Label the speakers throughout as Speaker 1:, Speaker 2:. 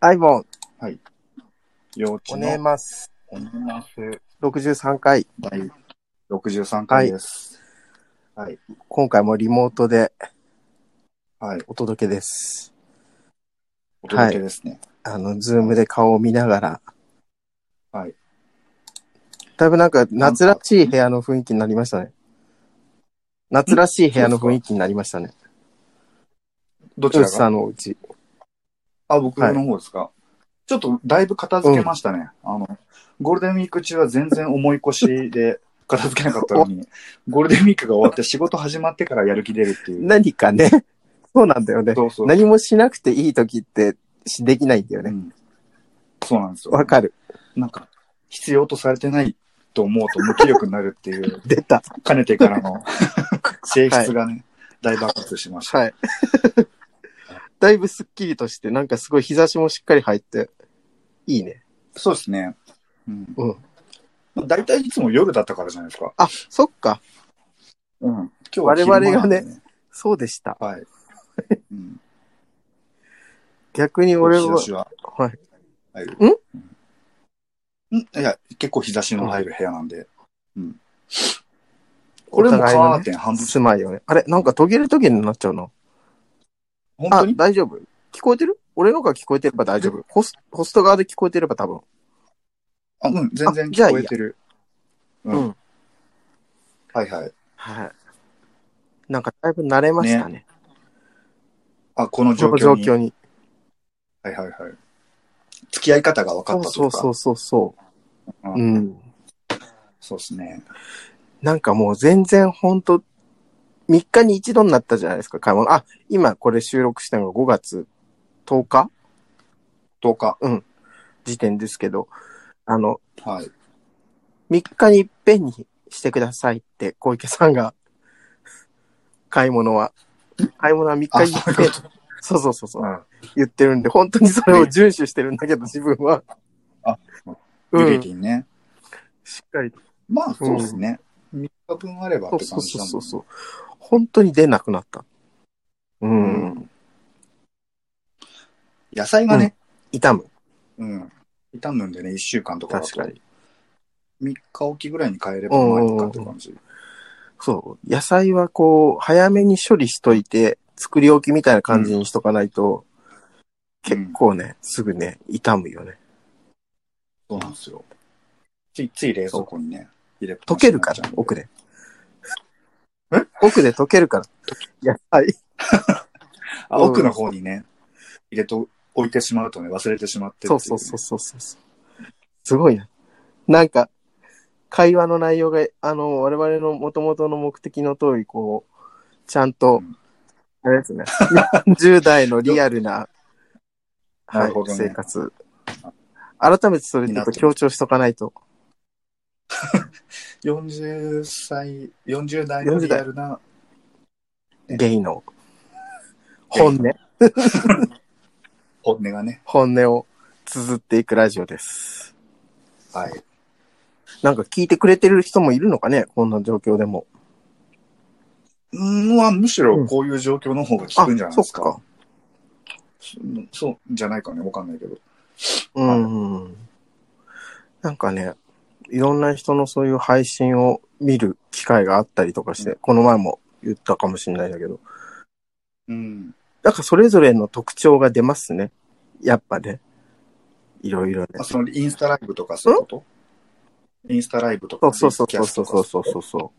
Speaker 1: アイボン、
Speaker 2: 幼稚
Speaker 1: お
Speaker 2: の
Speaker 1: ねます。
Speaker 2: おねます
Speaker 1: 63回。
Speaker 2: 第63回です。
Speaker 1: 今回もリモートで
Speaker 2: はい。
Speaker 1: お届けです。
Speaker 2: お届けですね。
Speaker 1: あの、ズームで顔を見ながら。
Speaker 2: はい。
Speaker 1: だいぶなんか夏らしい部屋の雰囲気になりましたね。夏らしい部屋の雰囲気になりましたね。
Speaker 2: どち
Speaker 1: よ
Speaker 2: ら
Speaker 1: し
Speaker 2: が
Speaker 1: さんのお家。
Speaker 2: あ、僕の方ですか、ちょっとだいぶ片付けましたね。あの、ゴールデンウィーク中は全然重い腰で 片付けなかったのに、ゴールデンウィークが終わって仕事始まってからやる気出るっていう。
Speaker 1: 何かね、そうなんだよね。
Speaker 2: そうそう。
Speaker 1: 何もしなくていい時ってしできないんだよ
Speaker 2: う
Speaker 1: ね。
Speaker 2: ん、そうなんですよ。
Speaker 1: わかる。
Speaker 2: なんか、必要とされてないと思うと無気力になるっていう、
Speaker 1: 出た。
Speaker 2: かねてからの 性質がね、大爆発しました。
Speaker 1: はい。 だいぶスッキリとして、なんかすごい日差しもしっかり入って、いいね。
Speaker 2: そうですね。うん。
Speaker 1: うん。
Speaker 2: まあ、大体いつも夜だったからじゃないですか。
Speaker 1: あ、そっか。
Speaker 2: うん。今日は昼間
Speaker 1: 我々がね
Speaker 2: なんでね。
Speaker 1: そうでした。
Speaker 2: はい。うん。
Speaker 1: 逆に俺
Speaker 2: 日
Speaker 1: は
Speaker 2: 差、しは
Speaker 1: はい。
Speaker 2: 入る。
Speaker 1: ん
Speaker 2: んいや、結構日差しの入る部屋なんで。うん。こ
Speaker 1: お
Speaker 2: れも
Speaker 1: 互い
Speaker 2: カ
Speaker 1: の
Speaker 2: ー
Speaker 1: ね、
Speaker 2: テン半分。
Speaker 1: 住まいよね。あれなんか途切れ途切れになっちゃうの
Speaker 2: 本
Speaker 1: あ
Speaker 2: 当、に
Speaker 1: 大丈夫。聞こえてる俺のが聞こえてれば大丈夫。ホスホスト側で聞こえてれば多分。
Speaker 2: あ、うん、全然
Speaker 1: あじゃあ
Speaker 2: 聞
Speaker 1: いいや
Speaker 2: こえてる。う
Speaker 1: うん
Speaker 2: ん。はいはい。
Speaker 1: はい。なんかだいぶ慣れましたね。
Speaker 2: あ、この
Speaker 1: こ
Speaker 2: 状
Speaker 1: の
Speaker 2: 況
Speaker 1: 状
Speaker 2: に。
Speaker 1: 況に。
Speaker 2: はいはいはい。付き合い方が分か
Speaker 1: そ
Speaker 2: っ
Speaker 1: う
Speaker 2: たと
Speaker 1: そ
Speaker 2: いううか。
Speaker 1: そうそうそう。
Speaker 2: う
Speaker 1: うん。
Speaker 2: そうですね。
Speaker 1: なんかもう全然ほんと、3日に一度になったじゃないですか、買い物。あ、今これ収録したのが5月10日
Speaker 2: 10日。
Speaker 1: 時点ですけど、あの、
Speaker 2: はい。
Speaker 1: 3日に一遍にしてくださいって小池さんが、買い物は、買い物は3日
Speaker 2: あ、
Speaker 1: に一
Speaker 2: そういう
Speaker 1: 遍
Speaker 2: こ、と。
Speaker 1: そうそうそうそうう、
Speaker 2: ん。
Speaker 1: 言ってるんで、本当にそれを遵守してるんだけど、自分は。
Speaker 2: あ、
Speaker 1: う
Speaker 2: ユリ
Speaker 1: ん
Speaker 2: テ、ィね。
Speaker 1: しっかりと。
Speaker 2: まあ、そうですね。3日分あればって
Speaker 1: そ
Speaker 2: 感
Speaker 1: う
Speaker 2: じ
Speaker 1: そ
Speaker 2: だ
Speaker 1: う
Speaker 2: もん
Speaker 1: そうそう。本当に出なくなった。うん。
Speaker 2: うん野菜がね、
Speaker 1: 痛む。
Speaker 2: うん。傷むんでね、1週間とかだ
Speaker 1: 確
Speaker 2: と
Speaker 1: か。に。
Speaker 2: 3日おきぐらいに変えれば、まあ、いいかって感じ。
Speaker 1: そう。野菜はこう、早めに処理しといて、作り置きみたいな感じにしとかないと、
Speaker 2: うん
Speaker 1: 結構ね、すぐね、傷むよね。
Speaker 2: そうなんですよ。ついつい冷蔵庫にね、入れっ
Speaker 1: 溶
Speaker 2: ぱなし
Speaker 1: け
Speaker 2: にな
Speaker 1: る
Speaker 2: っ
Speaker 1: か
Speaker 2: ち
Speaker 1: ら
Speaker 2: ゃうん、で
Speaker 1: 奥で。奥で溶けるから。野菜。
Speaker 2: あ
Speaker 1: うん
Speaker 2: 奥の方にね、入れと、置いてしまうとね、忘れてしまってってい
Speaker 1: そうそうそうそうそうそう。すごいな。なんか、会話の内容が、あの、我々の元々の目的の通り、こう、ちゃんと、
Speaker 2: うん
Speaker 1: あれですね、40代のリアルな、
Speaker 2: な
Speaker 1: は
Speaker 2: る
Speaker 1: い、
Speaker 2: ほどね
Speaker 1: 生活。改めてそれちょっと強調しとかないと。
Speaker 2: 40歳、40代のリアルな、
Speaker 1: ゲイの本音、
Speaker 2: 本音がね、
Speaker 1: 本音を綴っていくラジオです。
Speaker 2: はい。
Speaker 1: なんか聞いてくれてる人もいるのかねこんな状況でも。
Speaker 2: うん、まあ、むしろこういう状況の方が効くんじゃないですか。
Speaker 1: あそっか。
Speaker 2: うんそうじゃないかね、わかんないけど。
Speaker 1: うんうん。なんかね、いろんな人のそういう配信を見る機会があったりとかして、
Speaker 2: う
Speaker 1: この前も言ったかもしれないんだけど、
Speaker 2: うん。
Speaker 1: なんかそれぞれの特徴が出ますね。やっぱね。いろいろね。
Speaker 2: あ、そのインスタライブとかそういうことインスタライブと
Speaker 1: そ
Speaker 2: か。
Speaker 1: うそうそう
Speaker 2: ツイキャス
Speaker 1: そ
Speaker 2: と
Speaker 1: う
Speaker 2: か
Speaker 1: そうそうそうそう。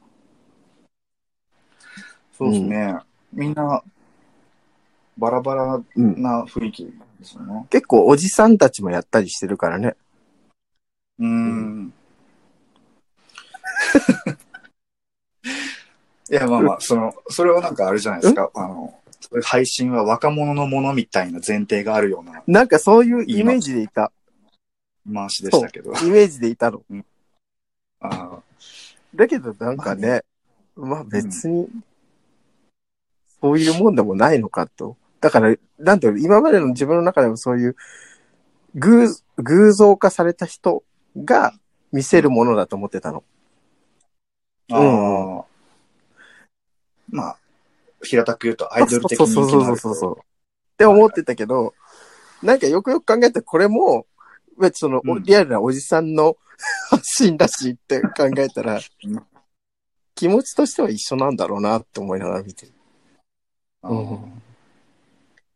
Speaker 2: そうですね。みんな、バラバラ
Speaker 1: うん、
Speaker 2: な雰囲気ですよね。
Speaker 1: 結構おじさんたちもやったりしてるからね。
Speaker 2: うん。いや、まあまあ、その、それはなんかあれじゃないですか。あの、そういう配信は若者のものみたいな前提があるような
Speaker 1: なんかそういうイメージでいた。
Speaker 2: 回しでしたけど。
Speaker 1: イメージでいたの。
Speaker 2: あー
Speaker 1: だけどなんかね、まあ別に、そういうもんでもないのかと。だから、なんていうの今までの自分の中でもそういう、偶、偶像化された人が見せるものだと思ってたの。
Speaker 2: ああ。まあ、平たく言うとアイドル的人気
Speaker 1: そう
Speaker 2: のあ
Speaker 1: そう
Speaker 2: る
Speaker 1: そうそうそう。って思ってたけど、なんかよくよく考えたらこれも、まあその、お
Speaker 2: うん
Speaker 1: リアルなおじさんの 発信だしって考えたら
Speaker 2: うん、
Speaker 1: 気持ちとしては一緒なんだろうなって思いながら見てる。うん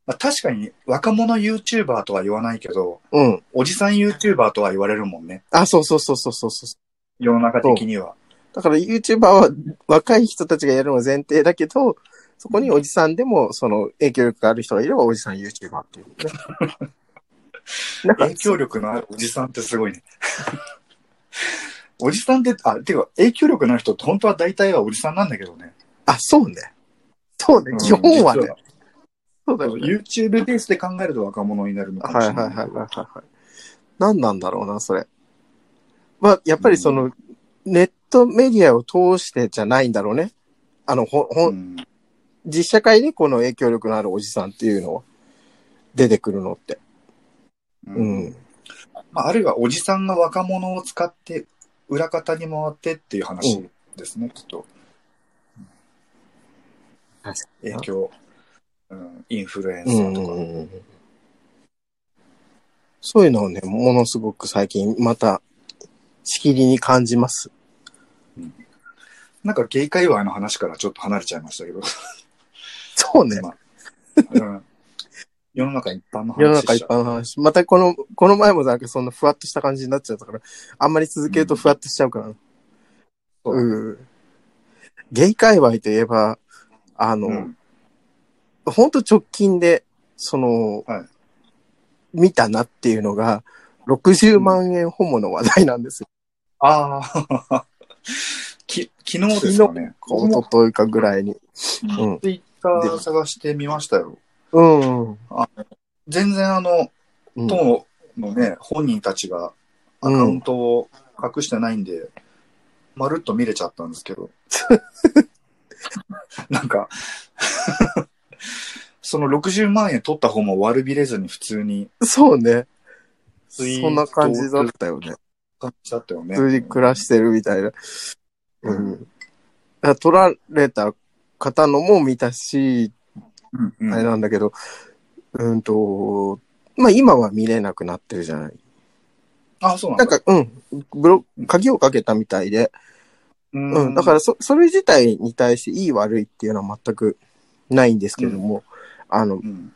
Speaker 2: まあ、確かに若者 YouTuber とは言わないけど、
Speaker 1: うん。
Speaker 2: おじさん YouTuber とは言われるもんね。
Speaker 1: あ、そうそうそうそうそうそう。
Speaker 2: 世の中的には。
Speaker 1: だから YouTuber は若い人たちがやるのが前提だけど、そこにおじさんでも、その影響力がある人がいればおじさん YouTuber っていうね。なんか
Speaker 2: 影響力のあるおじさんってすごいね。 おじさんって、あ、てか、影響力のある人って本当は大体はおじさんなんだけどね。
Speaker 1: あ、そうね。そうね
Speaker 2: うん。
Speaker 1: 基本はね。
Speaker 2: 実
Speaker 1: そうだよね。
Speaker 2: YouTube ベースで考えると若者になるのかも
Speaker 1: は
Speaker 2: し
Speaker 1: い
Speaker 2: れ
Speaker 1: はい
Speaker 2: な
Speaker 1: はい
Speaker 2: いけ
Speaker 1: はい
Speaker 2: ど。
Speaker 1: はいはい。何なんだろうな、それ。まあ、やっぱりその、ネットメディアを通してじゃないんだろうね。あの、ほ、ほん、
Speaker 2: うん
Speaker 1: 実社会にこの影響力のあるおじさんっていうのは出てくるのって。うん。
Speaker 2: まあ、あるいはおじさんが若者を使って裏方に回ってっていう話ですね、きっと。
Speaker 1: 確
Speaker 2: 影響、うん、インフルエンサ
Speaker 1: う
Speaker 2: ー
Speaker 1: ん
Speaker 2: とか。
Speaker 1: そういうのをね、ものすごく最近またしきりに感じます。
Speaker 2: なんかゲイ界隈の話からちょっと離れちゃいましたけど、
Speaker 1: そうね。
Speaker 2: うん世の中一般の
Speaker 1: 世の
Speaker 2: 話
Speaker 1: 中一
Speaker 2: しちゃう
Speaker 1: 般の話。またこの、この前もなんかそんなふわっとした感じになっちゃったから、あんまり続けるとふわっとしちゃうから。
Speaker 2: そうだね
Speaker 1: うん。ゲイ界隈といえば、あの、
Speaker 2: うん
Speaker 1: ほんと直近で、その、
Speaker 2: はい
Speaker 1: 見たなっていうのが、60万円ホモの話題なんですよ。
Speaker 2: ああ、き昨日ですかね。
Speaker 1: おとといかぐらいに。うん。
Speaker 2: ツイッター探してみましたよ。
Speaker 1: うん。
Speaker 2: 全然あの、
Speaker 1: うん
Speaker 2: 党のね、本人たちがアカウントを隠してないんで、まるっと見れちゃったんですけ ど。なんか、その60万円取った方も悪びれずに普通に
Speaker 1: そうね。
Speaker 2: ツイート
Speaker 1: そんな感じだったよね。
Speaker 2: 感じだったよね。
Speaker 1: 普通に暮らしてるみたいな。う
Speaker 2: うん
Speaker 1: ん。だから取られた方のも見たし、
Speaker 2: うんうん
Speaker 1: あれなんだけど、うんと、まあ今は見れなくなってるじゃない。
Speaker 2: あ、そうなん
Speaker 1: な
Speaker 2: だ。
Speaker 1: んか、うん、ブロ鍵をかけたみたいで、
Speaker 2: う
Speaker 1: うん、だからそ、それ自体に対していい悪いっていうのは全くないんですけども、あの、
Speaker 2: うん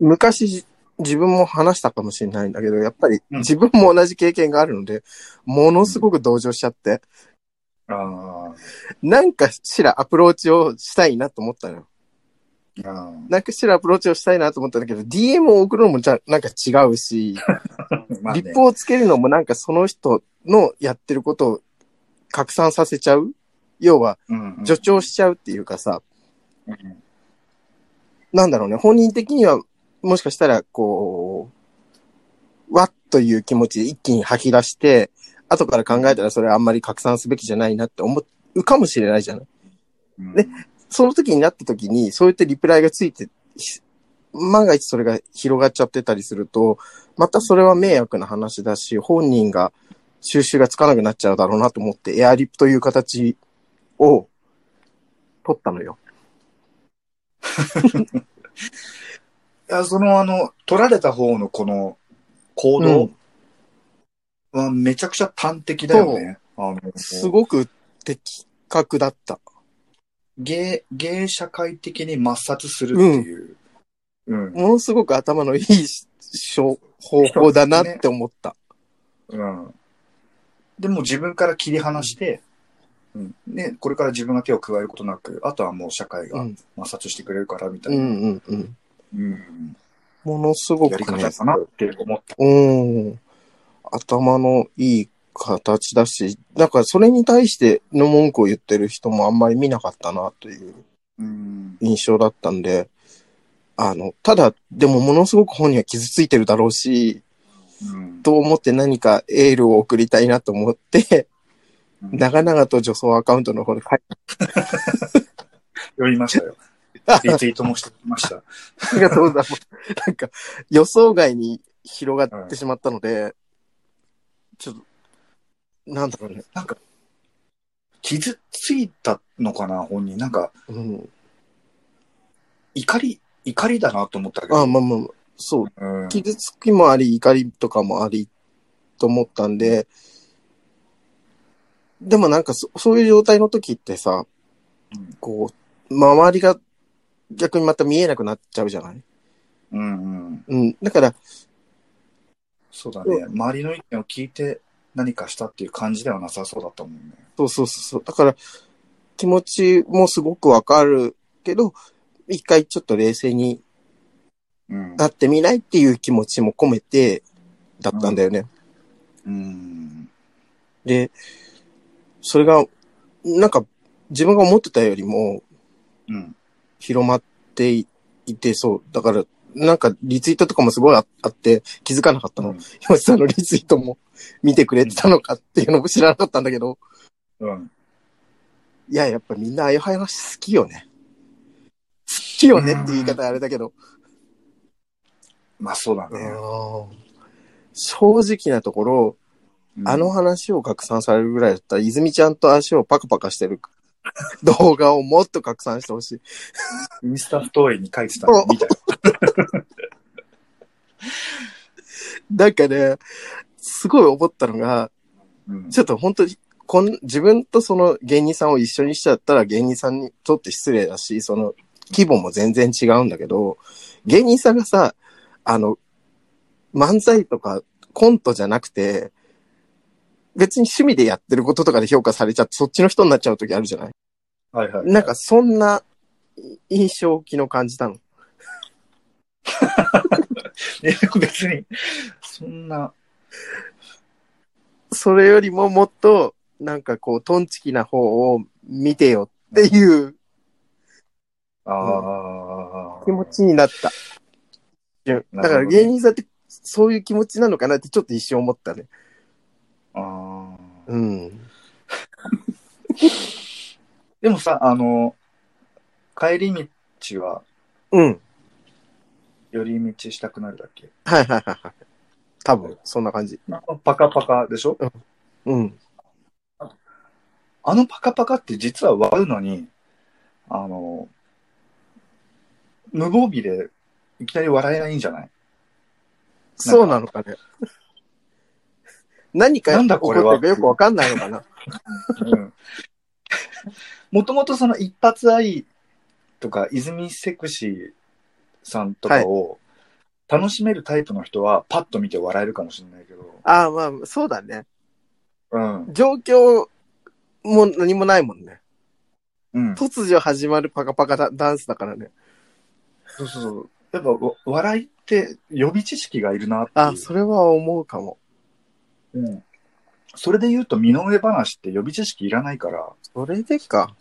Speaker 1: 昔じ自分も話したかもしれないんだけど、やっぱり
Speaker 2: うん
Speaker 1: 自分も同じ経験があるので、ものすごく同情しちゃって、
Speaker 2: あ
Speaker 1: なんかしらアプローチをしたいなと思ったのよ。
Speaker 2: ーあー。
Speaker 1: なんかしらアプローチをしたいなと思ったんだけど、DM を送るのもじゃなんか違うし、
Speaker 2: まあね
Speaker 1: リップをつけるのもなんかその人のやってることを拡散させちゃう要は
Speaker 2: うんうん
Speaker 1: 助長しちゃうっていうかさ、
Speaker 2: うん
Speaker 1: なんだろうね、本人的には、もしかしたら、こう、わっという気持ちで一気に吐き出して、後から考えたらそれはあんまり拡散すべきじゃないなって思うかもしれないじゃない。
Speaker 2: うん
Speaker 1: ねその時になった時に、そういったリプライがついて、ひ万が一それが広がっちゃってたりすると、またそれは迷惑な話だし、本人が収集がつかなくなっちゃうだろうなと思って、エアリップという形を取ったのよ。
Speaker 2: いや、その、あの、取られた方のこの行動はめちゃくちゃ端的だよね。あの、
Speaker 1: すごく的確だった。
Speaker 2: 芸、芸社会的に抹殺するっていう。うん。
Speaker 1: ものすごく頭のいいししょ方法だなって思った。
Speaker 2: うん。でも自分から切り離して、うん。ね、これから自分が手を加えることなく、あとはもう社会
Speaker 1: う
Speaker 2: が
Speaker 1: ん、
Speaker 2: 摩擦してくれるから、みた
Speaker 1: う
Speaker 2: いな。
Speaker 1: ん、うん、うん。
Speaker 2: うん。
Speaker 1: ものすご
Speaker 2: やり
Speaker 1: く
Speaker 2: 方
Speaker 1: ね、
Speaker 2: かなって思った。
Speaker 1: うん。頭のいい形だし、なんかそれに対しての文句を言ってる人もあんまり見なかったなという
Speaker 2: うん。
Speaker 1: 印象だったんで、あの、ただ、でもものすごく本人は傷ついてるだろうし、
Speaker 2: うん。
Speaker 1: と思って何かエールを送りたいなと思って、長々と女装アカウントの方で書い
Speaker 2: 寄りました よ。
Speaker 1: た。
Speaker 2: リツイートもしてきました。
Speaker 1: ありがとうございます。なんか、予想外に広がってしまったので、ちょっと、なんだろうね。
Speaker 2: 傷ついたのかな、本人。なんか、
Speaker 1: うん。
Speaker 2: 怒り、怒りだなと思ったけど、
Speaker 1: あまあまあまあ、そう、
Speaker 2: うん。
Speaker 1: 傷つきもあり、怒りとかもあり、と思ったんで、でもなんかそ、そういう状態の時ってさ
Speaker 2: うん、
Speaker 1: こう、周りが逆にまた見えなくなっちゃうじゃない
Speaker 2: うんうん。
Speaker 1: うん。だから、
Speaker 2: そうだね。周りの意見を聞いて何かしたっていう感じではなさそうだったもんね。
Speaker 1: そうそうそうそう。だから、気持ちもすごくわかるけど、一回ちょっと冷静に
Speaker 2: うん。
Speaker 1: なってみないっていう気持ちも込めて、だったんだよね。
Speaker 2: うん。
Speaker 1: で、それが、なんか、自分が思ってたよりも、
Speaker 2: うん。
Speaker 1: 広まっていて、そう。だから、なんかリツイートとかもすごいああって、気づかなかったの。ひまちさんのリツイートも見てくれてたのかっていうのも知らなかったんだけど、
Speaker 2: うん。
Speaker 1: いや、やっぱみんなああいう話好きよね。好きよねっていう言い方あれだけど、
Speaker 2: まあそうだ
Speaker 1: う
Speaker 2: ね。
Speaker 1: ん正直なところ、あの話を拡散されるぐらいだったら、泉ちゃんと足をパカパカしてる 動画をもっと拡散してほしい。
Speaker 2: インスタストーリーに書いてたのみたい
Speaker 1: なんかね、すごい思ったのが、
Speaker 2: な。うん
Speaker 1: ちょっと本当に、こん、自分とその芸人さんを一緒にしちゃったら芸人さんにとって失礼だし、その規模も全然違うんだけど、芸人さんがさ、あの、漫才とかコントじゃなくて、別に趣味でやってることとかで評価されちゃって、そっちの人になっちゃう時あるじゃない
Speaker 2: はいはい。
Speaker 1: なんかそんな印象の感じたの。
Speaker 2: え、別に、そんな、
Speaker 1: それよりももっと、なんかこう、トンチキな方を見てよっていう
Speaker 2: ああ、
Speaker 1: 気持ちになった。だ
Speaker 2: ね
Speaker 1: から芸人さんってそういう気持ちなのかなってちょっと一瞬思ったね。
Speaker 2: あー
Speaker 1: うん。
Speaker 2: でもさ、あの、帰り道は
Speaker 1: うん。
Speaker 2: 寄り道したくなるだっけ
Speaker 1: はいはいはいはい。多分、そんな感じ。
Speaker 2: パカパカでしょ
Speaker 1: うん。
Speaker 2: あのパカパカって実は割るのに、あの、無防備でいきなり笑えないんじゃない
Speaker 1: そうなのかね。 何か
Speaker 2: なん
Speaker 1: 起
Speaker 2: だ
Speaker 1: こ
Speaker 2: こ
Speaker 1: って
Speaker 2: れ
Speaker 1: る
Speaker 2: は
Speaker 1: かよくわかんないのかな。
Speaker 2: もともとその一発愛とか泉セクシーさんとかを楽しめるタイプの人はパッと見て笑えるかもしれないけど、
Speaker 1: ああ、まあ、そうだね。
Speaker 2: うん。
Speaker 1: 状況も何もないもんね。
Speaker 2: うん。
Speaker 1: 突如始まるパカパカダダンスだからね。
Speaker 2: そうそうそう。やっぱわ笑いって予備知識がいるなっていう。
Speaker 1: あ、それは思うかも。
Speaker 2: うんそれで言うと身の上話って予備知識いらないから、
Speaker 1: それでか。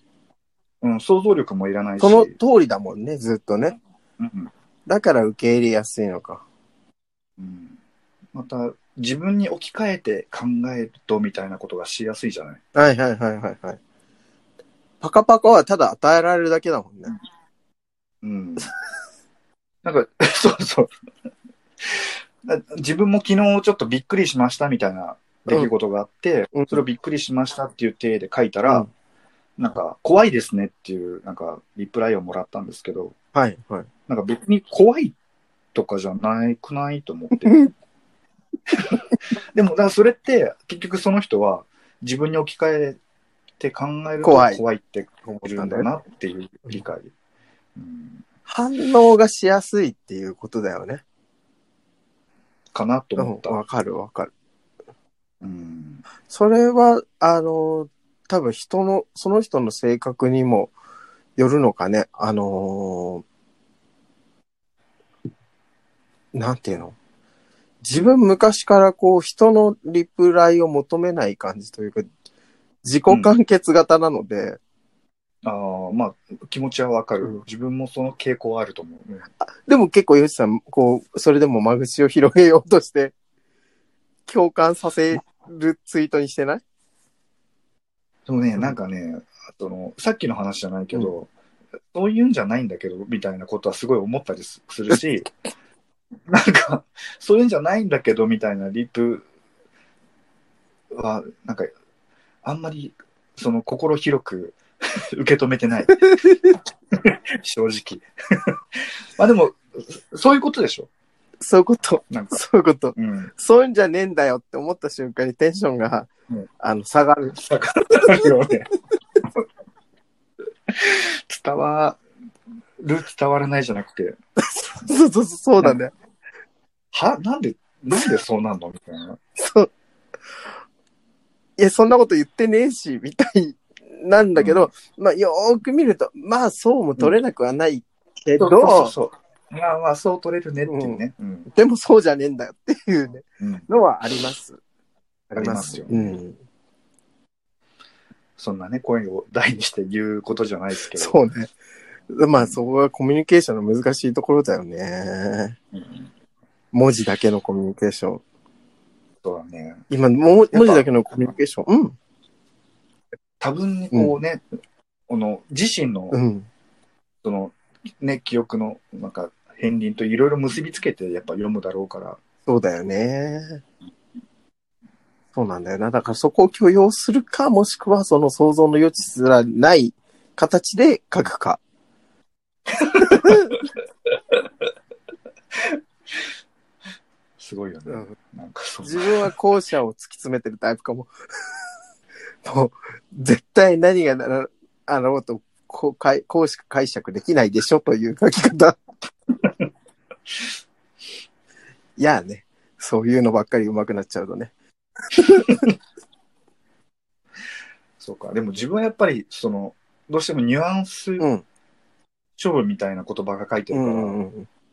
Speaker 2: うん、想像力もいらないし。
Speaker 1: その通りだもんね、ずっとね。
Speaker 2: うん
Speaker 1: だから受け入れやすいのか。
Speaker 2: うんまた自分に置き換えて考えるとみたいなことがしやすいじゃない
Speaker 1: はいはいはいはいはい。パカパカはただ与えられるだけだもんね。
Speaker 2: うん。なんか、 そうそう。だ自分も昨日ちょっとびっくりしましたみたいな出来事があって、
Speaker 1: うん
Speaker 2: それをびっくりしましたっていう体で書いたら、
Speaker 1: うん
Speaker 2: なんか、怖いですねっていう、なんか、リプライをもらったんですけど、
Speaker 1: はいはい。
Speaker 2: なんか別に怖いとかじゃないくないと思って。 でも、だからそれって、結局その人は自分に置き換えて考えると
Speaker 1: 怖い
Speaker 2: 怖いって思えるんだなっていう理解。うん
Speaker 1: 反応がしやすいっていうことだよね。
Speaker 2: かなと
Speaker 1: う
Speaker 2: 思
Speaker 1: ん
Speaker 2: った。
Speaker 1: わかるわかる。
Speaker 2: うん。
Speaker 1: それは、あの、多分人の、その人の性格にもよるのかね。あのーなんていうの自分昔からこう人のリプライを求めない感じというか、自己完結型なので、
Speaker 2: ああ、まあ、気持ちはわかる、
Speaker 1: うん
Speaker 2: 自分もその傾向はあると思う。うん
Speaker 1: でも結構、ヨシさん、こう、それでも間口を広げようとして、共感させるツイートにしてない
Speaker 2: でもね、
Speaker 1: うん
Speaker 2: なんかね、その、さっきの話じゃないけど、そういうんじゃないんだけど、みたいなことはすごい思ったりすするし、なんか、そういうんじゃないんだけど、みたいなリプは、なんか、あんまり、その、心広く 受け止めてない。 正直。まあでも、そういうことでしょ。
Speaker 1: そういうこと、
Speaker 2: なんか、
Speaker 1: そういうこと。
Speaker 2: うん。
Speaker 1: そういうんじゃねえんだよって思った瞬間にテンションが、
Speaker 2: うん
Speaker 1: あの、下がる。
Speaker 2: 伝わる、伝わらないじゃなくて、
Speaker 1: そうそうそう、そうなんだよ。
Speaker 2: はなんで、なんでそうなんのみた いな。
Speaker 1: そう。いや、そんなこと言ってねえし、みたいなんだけど、まあ、よーく見ると、まあ、そうも取れなくはないけど、
Speaker 2: そうそう。まあまあ、そう取れるねっていうね。うん。
Speaker 1: でもそうじゃねえんだよっていうね、
Speaker 2: うん。
Speaker 1: のはあります。
Speaker 2: ありますよ。
Speaker 1: うん。
Speaker 2: そんなね、声を大にして言うことじゃないですけど。
Speaker 1: そうね。まあ、そこがコミュニケーションの難しいところだよね。
Speaker 2: うん
Speaker 1: 文字だけのコミュニケーション。
Speaker 2: そうだね。
Speaker 1: 今、もう文字だけのコミュニケーション。うん。
Speaker 2: 多分にこうね、この、自身の、
Speaker 1: うん。
Speaker 2: その、ね、記憶の、なんか、片鱗といろいろ結びつけて、やっぱ読むだろうから、
Speaker 1: そうだよね。そうなんだよな。だからそこを許容するか、もしくはその想像の余地すらない形で書くか。
Speaker 2: すごいよね。なんかそう。
Speaker 1: 自分は後者を突き詰めてるタイプかも。 もう、絶対何がなら、あの、と、こうかいこうしか解釈できないでしょという書き方。 いやね、そういうのばっかり上手くなっちゃうとね。
Speaker 2: そうか。でも自分はやっぱり、その、どうしてもニュアンス
Speaker 1: うん。
Speaker 2: 勝負みたいな言葉が書いて
Speaker 1: う
Speaker 2: るから、
Speaker 1: んうん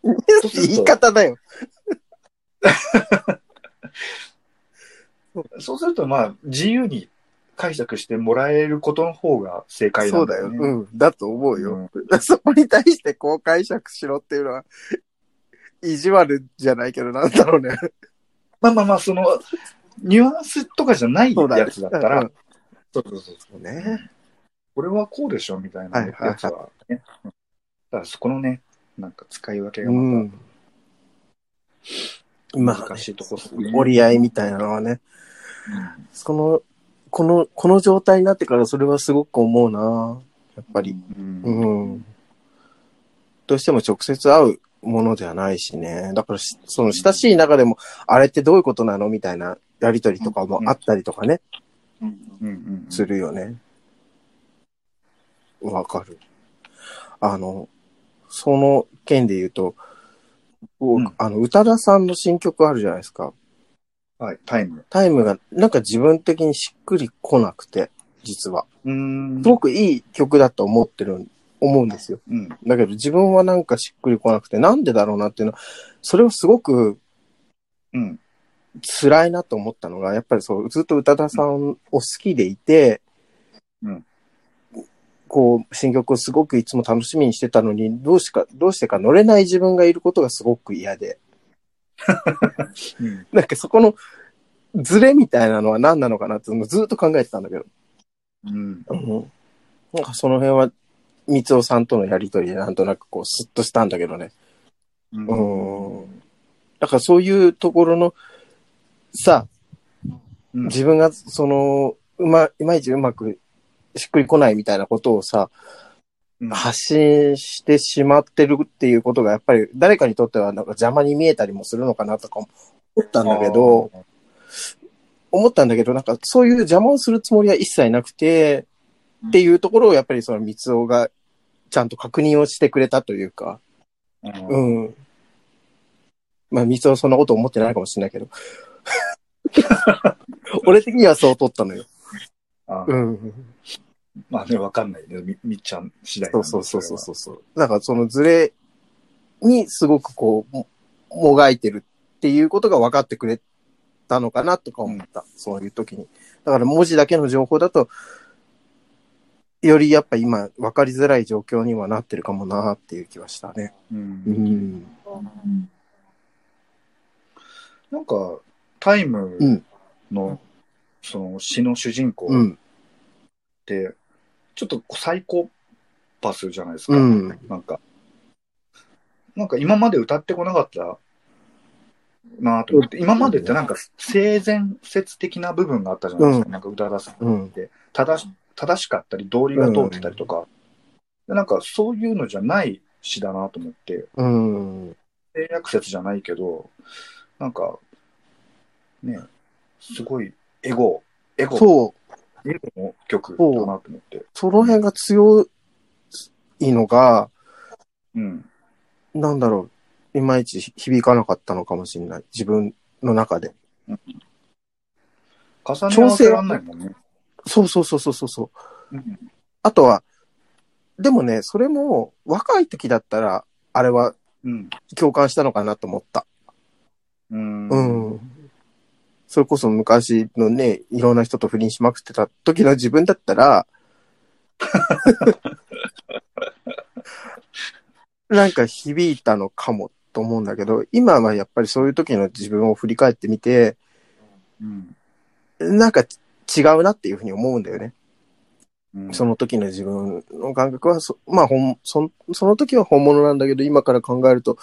Speaker 1: うん、
Speaker 2: そうすると
Speaker 1: 言い方だよ。
Speaker 2: そうするとまあ、自由に解釈してもらえることの方が正解な
Speaker 1: そうんだ
Speaker 2: だよ
Speaker 1: よ。
Speaker 2: ね。
Speaker 1: うん。だと思うよ。そこに対してこう解釈しろっていうのは、意地悪じゃないけど、なんだろうね。
Speaker 2: まあまあまあ、その、ニュアンスとかじゃない
Speaker 1: そうだね
Speaker 2: やつだったら、
Speaker 1: うんうん
Speaker 2: そうそうそうそう。
Speaker 1: ね。
Speaker 2: これはこうでしょみたいな
Speaker 1: はいはいはい
Speaker 2: やつは、ね。だからそこのね、なんか使い分けが
Speaker 1: う
Speaker 2: ま
Speaker 1: ん。ま
Speaker 2: た
Speaker 1: あ
Speaker 2: 難、しいとこっすね。
Speaker 1: 折り合いみたいなのはね、その、この、この状態になってからそれはすごく思うなやっぱり。
Speaker 2: うん
Speaker 1: う
Speaker 2: うん
Speaker 1: ん。どうしても直接会うものではないしね。だからし、その親しい中でも、あれってどういうことなのみたいなやりとりとかもあったりとかね。
Speaker 2: うんうん
Speaker 1: するよね。わかる。あの、その件で言うと、
Speaker 2: うん
Speaker 1: 僕あの、宇多田さんの新曲あるじゃないですか。
Speaker 2: はい、タイム。
Speaker 1: タイムがなんか自分的にしっくりこなくて、実は。
Speaker 2: うーん
Speaker 1: すごくいい曲だと思ってる、思うんですよ。
Speaker 2: うん。
Speaker 1: だけど自分はなんかしっくりこなくて、なんでだろうなっていうのは、それをすごく
Speaker 2: うん。
Speaker 1: 辛いなと思ったのが、やっぱりそう、ずっと宇多田さんを好きでいて、
Speaker 2: うん
Speaker 1: こう、新曲をすごくいつも楽しみにしてたのに、どうしか、どうしてか乗れない自分がいることがすごく嫌で、
Speaker 2: うん。
Speaker 1: なんかそこのズレみたいなのは何なのかなっていうのをずっと考えてたんだけど、
Speaker 2: うん。
Speaker 1: うん、なんかその辺は、三尾さんとのやりとりでなんとなくこう、スッとしたんだけどね。
Speaker 2: うん
Speaker 1: だからそういうところの、さ、
Speaker 2: うん
Speaker 1: 自分がその、うま、いまいちうまくしっくりこないみたいなことをさ、
Speaker 2: うん
Speaker 1: 発信してしまってるっていうことが、やっぱり誰かにとってはなんか邪魔に見えたりもするのかなとかも思ったんだけど、思ったんだけど、なんかそういう邪魔をするつもりは一切なくて、っていうところをやっぱりその三尾がちゃんと確認をしてくれたというか、
Speaker 2: あー、うん
Speaker 1: うん。まあ、みつはそんなこと思ってないかもしれな いけど。俺的にはそう取ったのよ。
Speaker 2: あー
Speaker 1: うん。
Speaker 2: まあね、わかんないね。みみっちゃん次第
Speaker 1: そうそうそうそうそうそう。だからそのズレにすごくこう、ももがいてるっていうことが分かってくれたのかなとか思った。そういう時に。だから文字だけの情報だと、よりやっぱ今分かりづらい状況にはなってるかもなっていう気はしたね。
Speaker 2: う。
Speaker 1: うんん。
Speaker 2: なんか、タイム
Speaker 1: うん
Speaker 2: の、その詩の主人公
Speaker 1: う
Speaker 2: っ
Speaker 1: ん。
Speaker 2: て、ちょっとサイコパスじゃないですか。
Speaker 1: うん。
Speaker 2: なんか、なんか今まで歌ってこなかったなぁと思って、今までってなんか性善説的な部分があったじゃないですか。
Speaker 1: うん
Speaker 2: なんか宇多田さん
Speaker 1: うん。
Speaker 2: 正し正しかったり、道理が通ってたりとか、でなんかそういうのじゃない詩だなと思って、
Speaker 1: うん。
Speaker 2: 性悪説じゃないけど、なんか、ね、すごい、エゴ、エゴ、
Speaker 1: そう。
Speaker 2: エゴの曲だなと思って。
Speaker 1: その辺が強いのが、
Speaker 2: うん。
Speaker 1: なんだろう、いまいち響かなかったのかもしれない。自分の中で。
Speaker 2: 重ね合わせらんないもんね。
Speaker 1: そうそうそうそうそうそう。
Speaker 2: うん。
Speaker 1: あとは、でもね、それも若い時だったら、あれは
Speaker 2: うん。
Speaker 1: 共感したのかなと思った。
Speaker 2: うん。
Speaker 1: うん。それこそ昔のね、いろんな人と不倫しまくってた時の自分だったら、なんか響いたのかもと思うんだけど、今はやっぱりそういう時の自分を振り返ってみて、
Speaker 2: うん。
Speaker 1: なんか違うなっていうふうに思うんだよね。
Speaker 2: うん
Speaker 1: その時の自分の感覚はそ、まあ、ほんそんその時は本物なんだけど、今から考えると、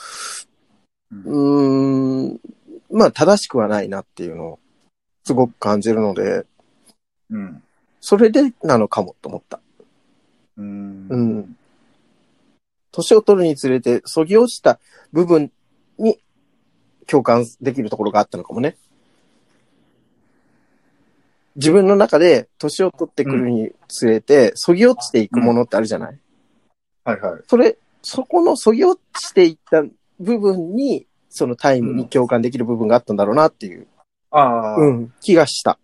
Speaker 1: うーん、まあ、正しくはないなっていうのを、すごく感じるので、
Speaker 2: うん。
Speaker 1: それでなのかもと思った。
Speaker 2: うん。
Speaker 1: うん。年を取るにつれて、そぎ落ちた部分に共感できるところがあったのかもね。自分の中で、年を取ってくるにつれて、そぎ落ちていくものってあるじゃない
Speaker 2: はいはい。
Speaker 1: それ、そこの削ぎ落ちていった部分に、そのタイムに共感できる部分があったんだろうなっていう、
Speaker 2: ああ、
Speaker 1: うん、気がした。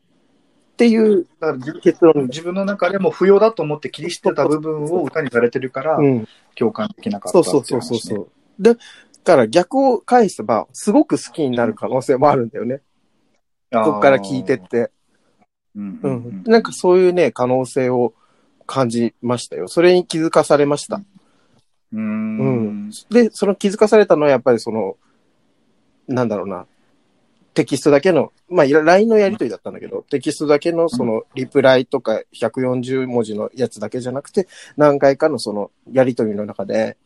Speaker 1: っていう
Speaker 2: だから自
Speaker 1: 結論
Speaker 2: 分自分の中でも不要だと思って切り捨てた部分を歌にされてるから
Speaker 1: うん。
Speaker 2: 共感できなかった
Speaker 1: そう
Speaker 2: って
Speaker 1: そうそう
Speaker 2: 話
Speaker 1: そう
Speaker 2: ね
Speaker 1: そう。だから逆を返せば、すごく好きになる可能性もあるんだよね。
Speaker 2: あー
Speaker 1: こっから聞いてって。
Speaker 2: うんう
Speaker 1: うん
Speaker 2: うんん。
Speaker 1: なんかそういうね、可能性を感じましたよ。それに気づかされました。
Speaker 2: うー
Speaker 1: う
Speaker 2: ん
Speaker 1: んで、その気づかされたのはやっぱりその、なんだろうな、テキストだけの、まあ、いら LINE のやりとりだったんだけど、テキストだけのそのリプライとか140文字のやつだけじゃなくて、何回かのそのやりとりの中で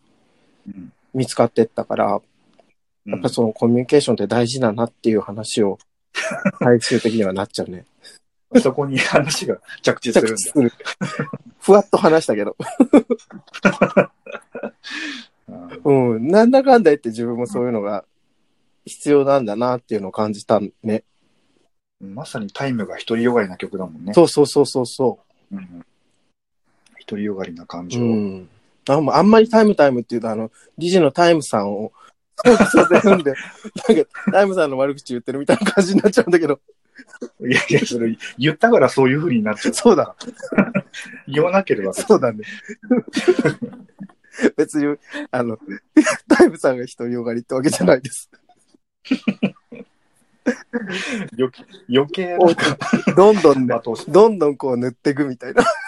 Speaker 2: うん
Speaker 1: 見つかってったから、
Speaker 2: うん
Speaker 1: やっぱそのコミュニケーションって大事だなっていう話 を、最終的にはなっちゃうね。
Speaker 2: そこに話が着地するんだ。
Speaker 1: る。 ふわっと話したけど、
Speaker 2: あー
Speaker 1: うん、なんだかんだ言って自分もそういうのが必要なんだなっていうのを感じたね。
Speaker 2: まさにタイムが独りよがりな曲だもんね。
Speaker 1: そうそうそうそうそう。
Speaker 2: うんうん独りよがりな感情。
Speaker 1: うん。あんまあんまりタイムタイムっていうと、あの、理事のタイムさんを、そうさせるんで、なんか、タイムさんの悪口言ってるみたいな感じになっちゃうんだけど、
Speaker 2: いやいや、それ言ったからそういう風になっちゃう。
Speaker 1: そうだ、
Speaker 2: 言わなければ。
Speaker 1: そうだね。別に、あの、タイムさんが独りよがりってわけじゃないです。
Speaker 2: 余計余計なんか
Speaker 1: どんどんね、
Speaker 2: 罵倒して
Speaker 1: どんどんこう塗っていくみたいな。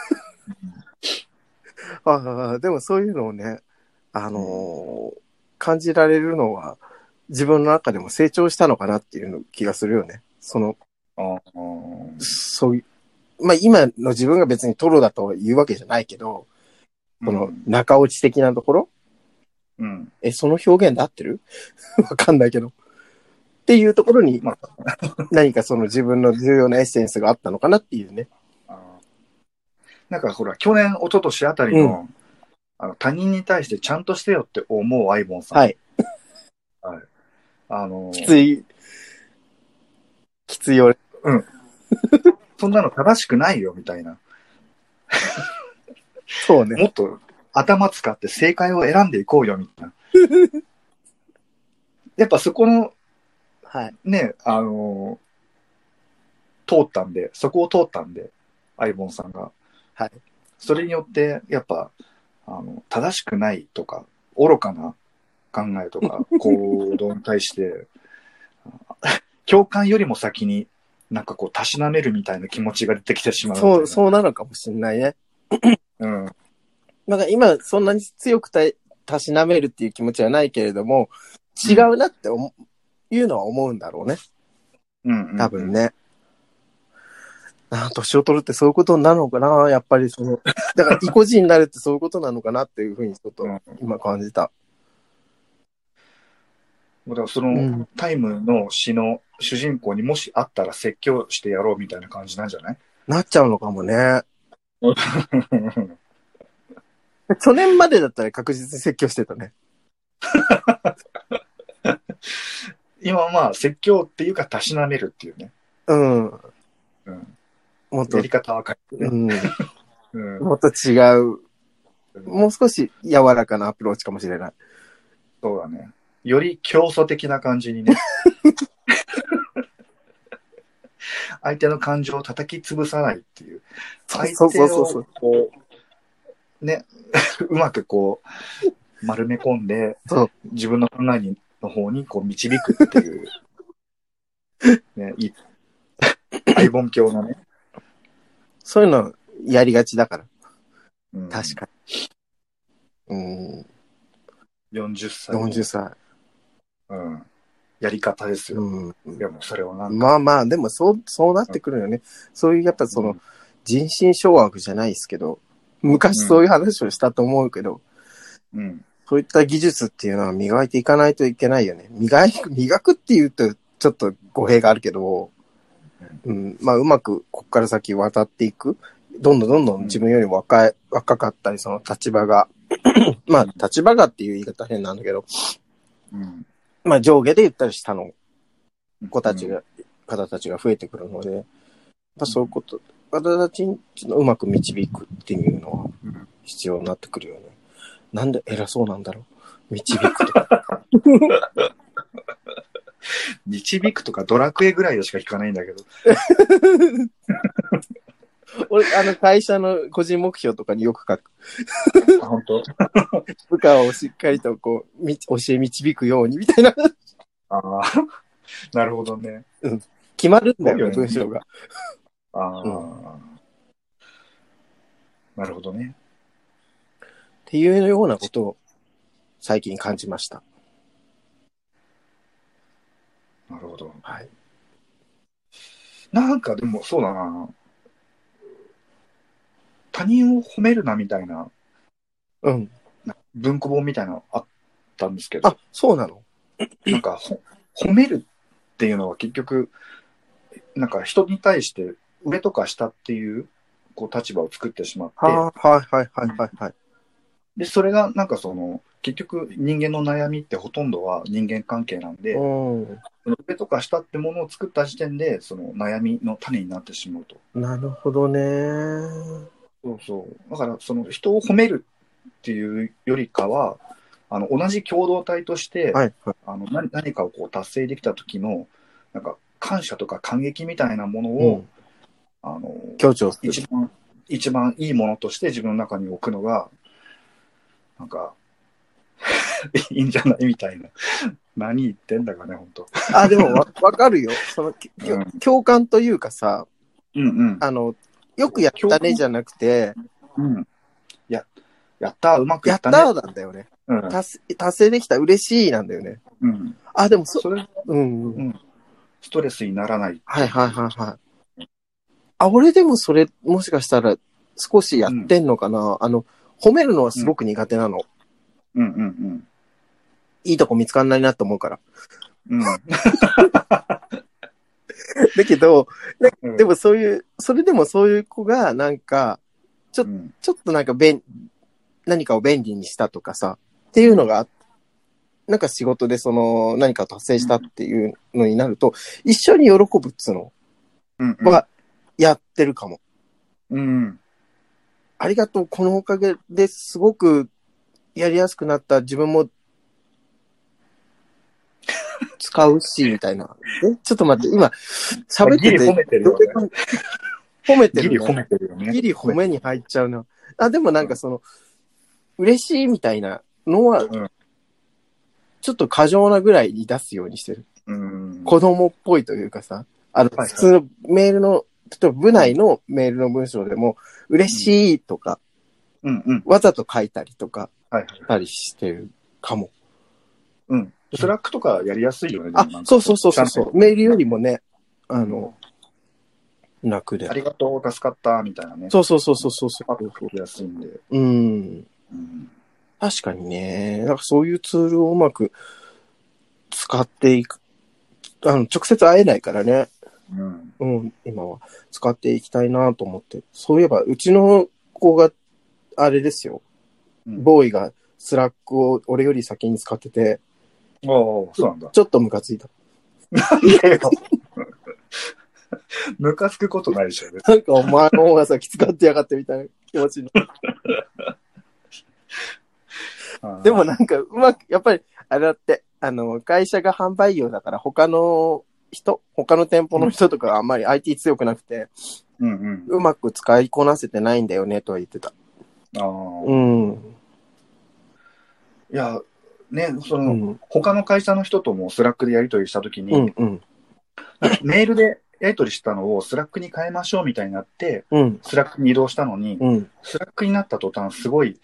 Speaker 1: ああ、でもそういうのをね、あのー感じられるのは、自分の中でも成長したのかなっていう気がするよね。その、
Speaker 2: あー
Speaker 1: そういう、まあ今の自分が別にトロだと言うわけじゃないけど、この中落ち的なところ、
Speaker 2: うん。
Speaker 1: え、その表現で合ってる わかんないけど。っていうところに
Speaker 2: ま、
Speaker 1: 何かその自分の重要なエッセンスがあったのかなっていうね。
Speaker 2: あーなんかほら、去年、一昨年あたりの、あの他人に対してちゃんとしてよって思うアイボンさん。
Speaker 1: はい。
Speaker 2: あのー
Speaker 1: きつい、きついよ。
Speaker 2: そんなの正しくないよ、みたいな。
Speaker 1: そうね。
Speaker 2: もっと頭使って正解を選んでいこうよ、みたいな。やっぱそこの
Speaker 1: はい。
Speaker 2: ね、あのー通ったんで、そこを通ったんで、アイボンさんが。
Speaker 1: はい。
Speaker 2: それによって、やっぱ、あの、正しくないとか、愚かな考えと か、行動に対して、共感よりも先に、なんかこう、たしなめるみたいな気持ちが出てきてしまうみたいな。
Speaker 1: そう、そうなのかもしれないね。
Speaker 2: うん。
Speaker 1: なんか今そんなに強くたたしなめるっていう気持ちはないけれども、違うなって思う、いうのは思うんだろうね。
Speaker 2: うん、うん。
Speaker 1: 多分ね。ああ、年を取るってそういうことなのかなやっぱりその、だから、意固地になるってそういうことなのかなっていうふうにちょっと
Speaker 2: うん
Speaker 1: 今感じた。
Speaker 2: だからその、
Speaker 1: うん
Speaker 2: タイムの詩の主人公にもしあったら説教してやろうみたいな感じなんじゃない
Speaker 1: なっちゃうのかもね。去年までだったら確実に説教してたね。
Speaker 2: 今はまあ、説教っていうか、たしなめるっていうね。
Speaker 1: うん。
Speaker 2: うん
Speaker 1: もっと
Speaker 2: や、り方は変えて
Speaker 1: う
Speaker 2: ね。
Speaker 1: ん、
Speaker 2: うん
Speaker 1: もっと違う。もう少し柔らかなアプローチかもしれない。
Speaker 2: そうだね。より競争的な感じ にね。相手の感情を叩き潰さないっていう。
Speaker 1: そ
Speaker 2: 相
Speaker 1: う
Speaker 2: 手
Speaker 1: そ
Speaker 2: を
Speaker 1: うそうそう
Speaker 2: こう、ね、 うまくこう、丸め込んで
Speaker 1: そう、
Speaker 2: 自分の考えにの方にこう導くっていう、 ね、い相本教のね、
Speaker 1: そういうのやりがちだから。
Speaker 2: うん、
Speaker 1: 確かに。うん。
Speaker 2: 40歳の
Speaker 1: 40歳。
Speaker 2: うん、やり方ですよ。
Speaker 1: うん。
Speaker 2: いやもうそれをなんか、
Speaker 1: まあまあ、でもそう、そうなってくるよね。そういう、やっぱその、人心掌握じゃないですけど、昔そういう話をしたと思うけど、
Speaker 2: うん、
Speaker 1: そういった技術っていうのは磨いていかないといけないよね。磨い、磨くっていうと、ちょっと語弊があるけど、うん、まあ、うまく、こっから先渡っていく。どんどんどんどん自分より若い、若かったり、その立場が、 まあ、立場がっていう言い方変なんだけど、
Speaker 2: うん、
Speaker 1: まあ、上下で言ったり下の子たち
Speaker 2: うん
Speaker 1: が、方たちが増えてくるので、やっぱそういうこと、方たちにちょっとうまく導くっていうのは
Speaker 2: うん
Speaker 1: 必要になってくるよね。なんで偉そうなんだろう導くと。
Speaker 2: 導くとかドラクエぐらいでしか聞かないんだけど。
Speaker 1: 俺、あの、会社の個人目標とかによく書く。
Speaker 2: あ、本当。
Speaker 1: 部下をしっかりとこう、み教え導くようにみたいな、
Speaker 2: ああ、 なるほどね。
Speaker 1: 決まるんだよね、
Speaker 2: そうよね
Speaker 1: 文章が。
Speaker 2: ああ、
Speaker 1: う
Speaker 2: なるほどね。
Speaker 1: っていうようなことを最近感じました。
Speaker 2: なるほど。
Speaker 1: はい。
Speaker 2: なんかでも、そうだな。他人を褒めるなみたいな
Speaker 1: うん。
Speaker 2: 文庫本みたいなのあったんですけど
Speaker 1: あ、、そうなの
Speaker 2: なんかほ褒めるっていうのは結局、なんか人に対して上とか下っていうこう立場を作ってしまって、
Speaker 1: はあ、はいはいはいはいはい。
Speaker 2: で、それがなんかその、結局人間の悩みってほとんどは人間関係なんで、
Speaker 1: う
Speaker 2: その上とか下ってものを作った時点で、その悩みの種になってしまうと。
Speaker 1: ん。なるほどね。
Speaker 2: そうそう。だから、その人を褒めるっていうよりかは、あの、同じ共同体として、
Speaker 1: はいはい。
Speaker 2: あの何何かをこう達成できた時の、なんか感謝とか感激みたいなもの
Speaker 1: う
Speaker 2: を、
Speaker 1: ん。
Speaker 2: あの、
Speaker 1: 強調する。
Speaker 2: 一番、一番いいものとして自分の中に置くのが、なんか、 いいんじゃないみたいな。何言ってんだかね、本当
Speaker 1: あ、でもわ わかるよ。その、ききょ
Speaker 2: うん
Speaker 1: 共感というかさ、
Speaker 2: うんうん。
Speaker 1: あの、よくやったねじゃなくて、
Speaker 2: うん。や、やったー、うまく
Speaker 1: や
Speaker 2: やっ
Speaker 1: ったた
Speaker 2: ね。
Speaker 1: ーなんだよね。達成達成できた、嬉しいなんだよね。
Speaker 2: うん。うん。
Speaker 1: あ、でもそ、
Speaker 2: それ、
Speaker 1: うんうん。
Speaker 2: ストレスにならない。
Speaker 1: はいはいはいはい。あ、俺でもそれ、もしかしたら少しやってんのかな、あの、褒めるのはすごく苦手なの。
Speaker 2: うんうん
Speaker 1: いいとこ見つかんないなと思う から。
Speaker 2: うん。
Speaker 1: だけど、
Speaker 2: うん。
Speaker 1: でもそういう、それでもそういう子が、なんか、
Speaker 2: うん、
Speaker 1: ちょっとなんか便、何かを便利にしたとかさ、っていうのがあ、なんか仕事でその、何かを達成したっていうのになると、一緒に喜ぶっつうの
Speaker 2: うん。
Speaker 1: は、やってるかも。
Speaker 2: うん。
Speaker 1: ありがとう、このおかげですごくやりやすくなった自分も使うし、みたいな。えちょっと待って、今、喋って
Speaker 2: ギリ
Speaker 1: て、
Speaker 2: 褒めてるよね
Speaker 1: 褒めて
Speaker 2: ギ
Speaker 1: る
Speaker 2: リ
Speaker 1: ね
Speaker 2: 褒めてるよね。
Speaker 1: ギリ褒めに入っちゃうな。あ、でもなんかその、嬉しいみたいなのは
Speaker 2: うん、
Speaker 1: ちょっと過剰なぐらいに出すようにしてる。
Speaker 2: うん。
Speaker 1: 子供っぽいというかさ、あの、
Speaker 2: はいはい
Speaker 1: 普通のメールの、例えば部内のメールの文章でも、嬉しいとか、
Speaker 2: うんうん。
Speaker 1: わざと書いたりとか、
Speaker 2: はいはい。
Speaker 1: たりしてるかも。
Speaker 2: うん。スラックとかやりやすいよね。でも
Speaker 1: あ
Speaker 2: なん、か
Speaker 1: そうそうそうそうそ
Speaker 2: ちゃん
Speaker 1: う。メールよりもね、あの、楽で
Speaker 2: とあ。りがとう、助かった、みたいなね。
Speaker 1: そうそうそうそうそうそ
Speaker 2: パッと
Speaker 1: う。
Speaker 2: 聞きやすいんで。
Speaker 1: うん。
Speaker 2: うん。
Speaker 1: 確かにね。なんかそういうツールをうまく使っていく。あの、直接会えないからね。
Speaker 2: うん。
Speaker 1: うん、今は。使っていきたいなと思って。そういえば、うちの子が、あれですよ。
Speaker 2: うん
Speaker 1: ボーイがスラックを俺より先に使ってて、
Speaker 2: ああ、そうなんだ。
Speaker 1: ちょっとムカついた。
Speaker 2: いやいや。 ムカつくことないでしょ、別
Speaker 1: な
Speaker 2: に
Speaker 1: んかお前の方がさ、きつかってやがってみたいな気持ちにでも、なんか、うまく、やっぱり、あれだって、あの、会社が販売業だから、他の人、他の店舗の人とかあんまり IT 強くなくて、
Speaker 2: うんうん。
Speaker 1: うまく使いこなせてないんだよね、とは言ってた。
Speaker 2: ああ。
Speaker 1: うん。
Speaker 2: いや、ね、そうの、
Speaker 1: ん。
Speaker 2: 他の会社の人ともスラックでやり取りしたときに、
Speaker 1: うん。うん。
Speaker 2: メールでやり取りしたのをスラックに変えましょうみたいになって、
Speaker 1: うん。
Speaker 2: スラックに移動したのに、
Speaker 1: うん。
Speaker 2: スラックになった途端、すごい、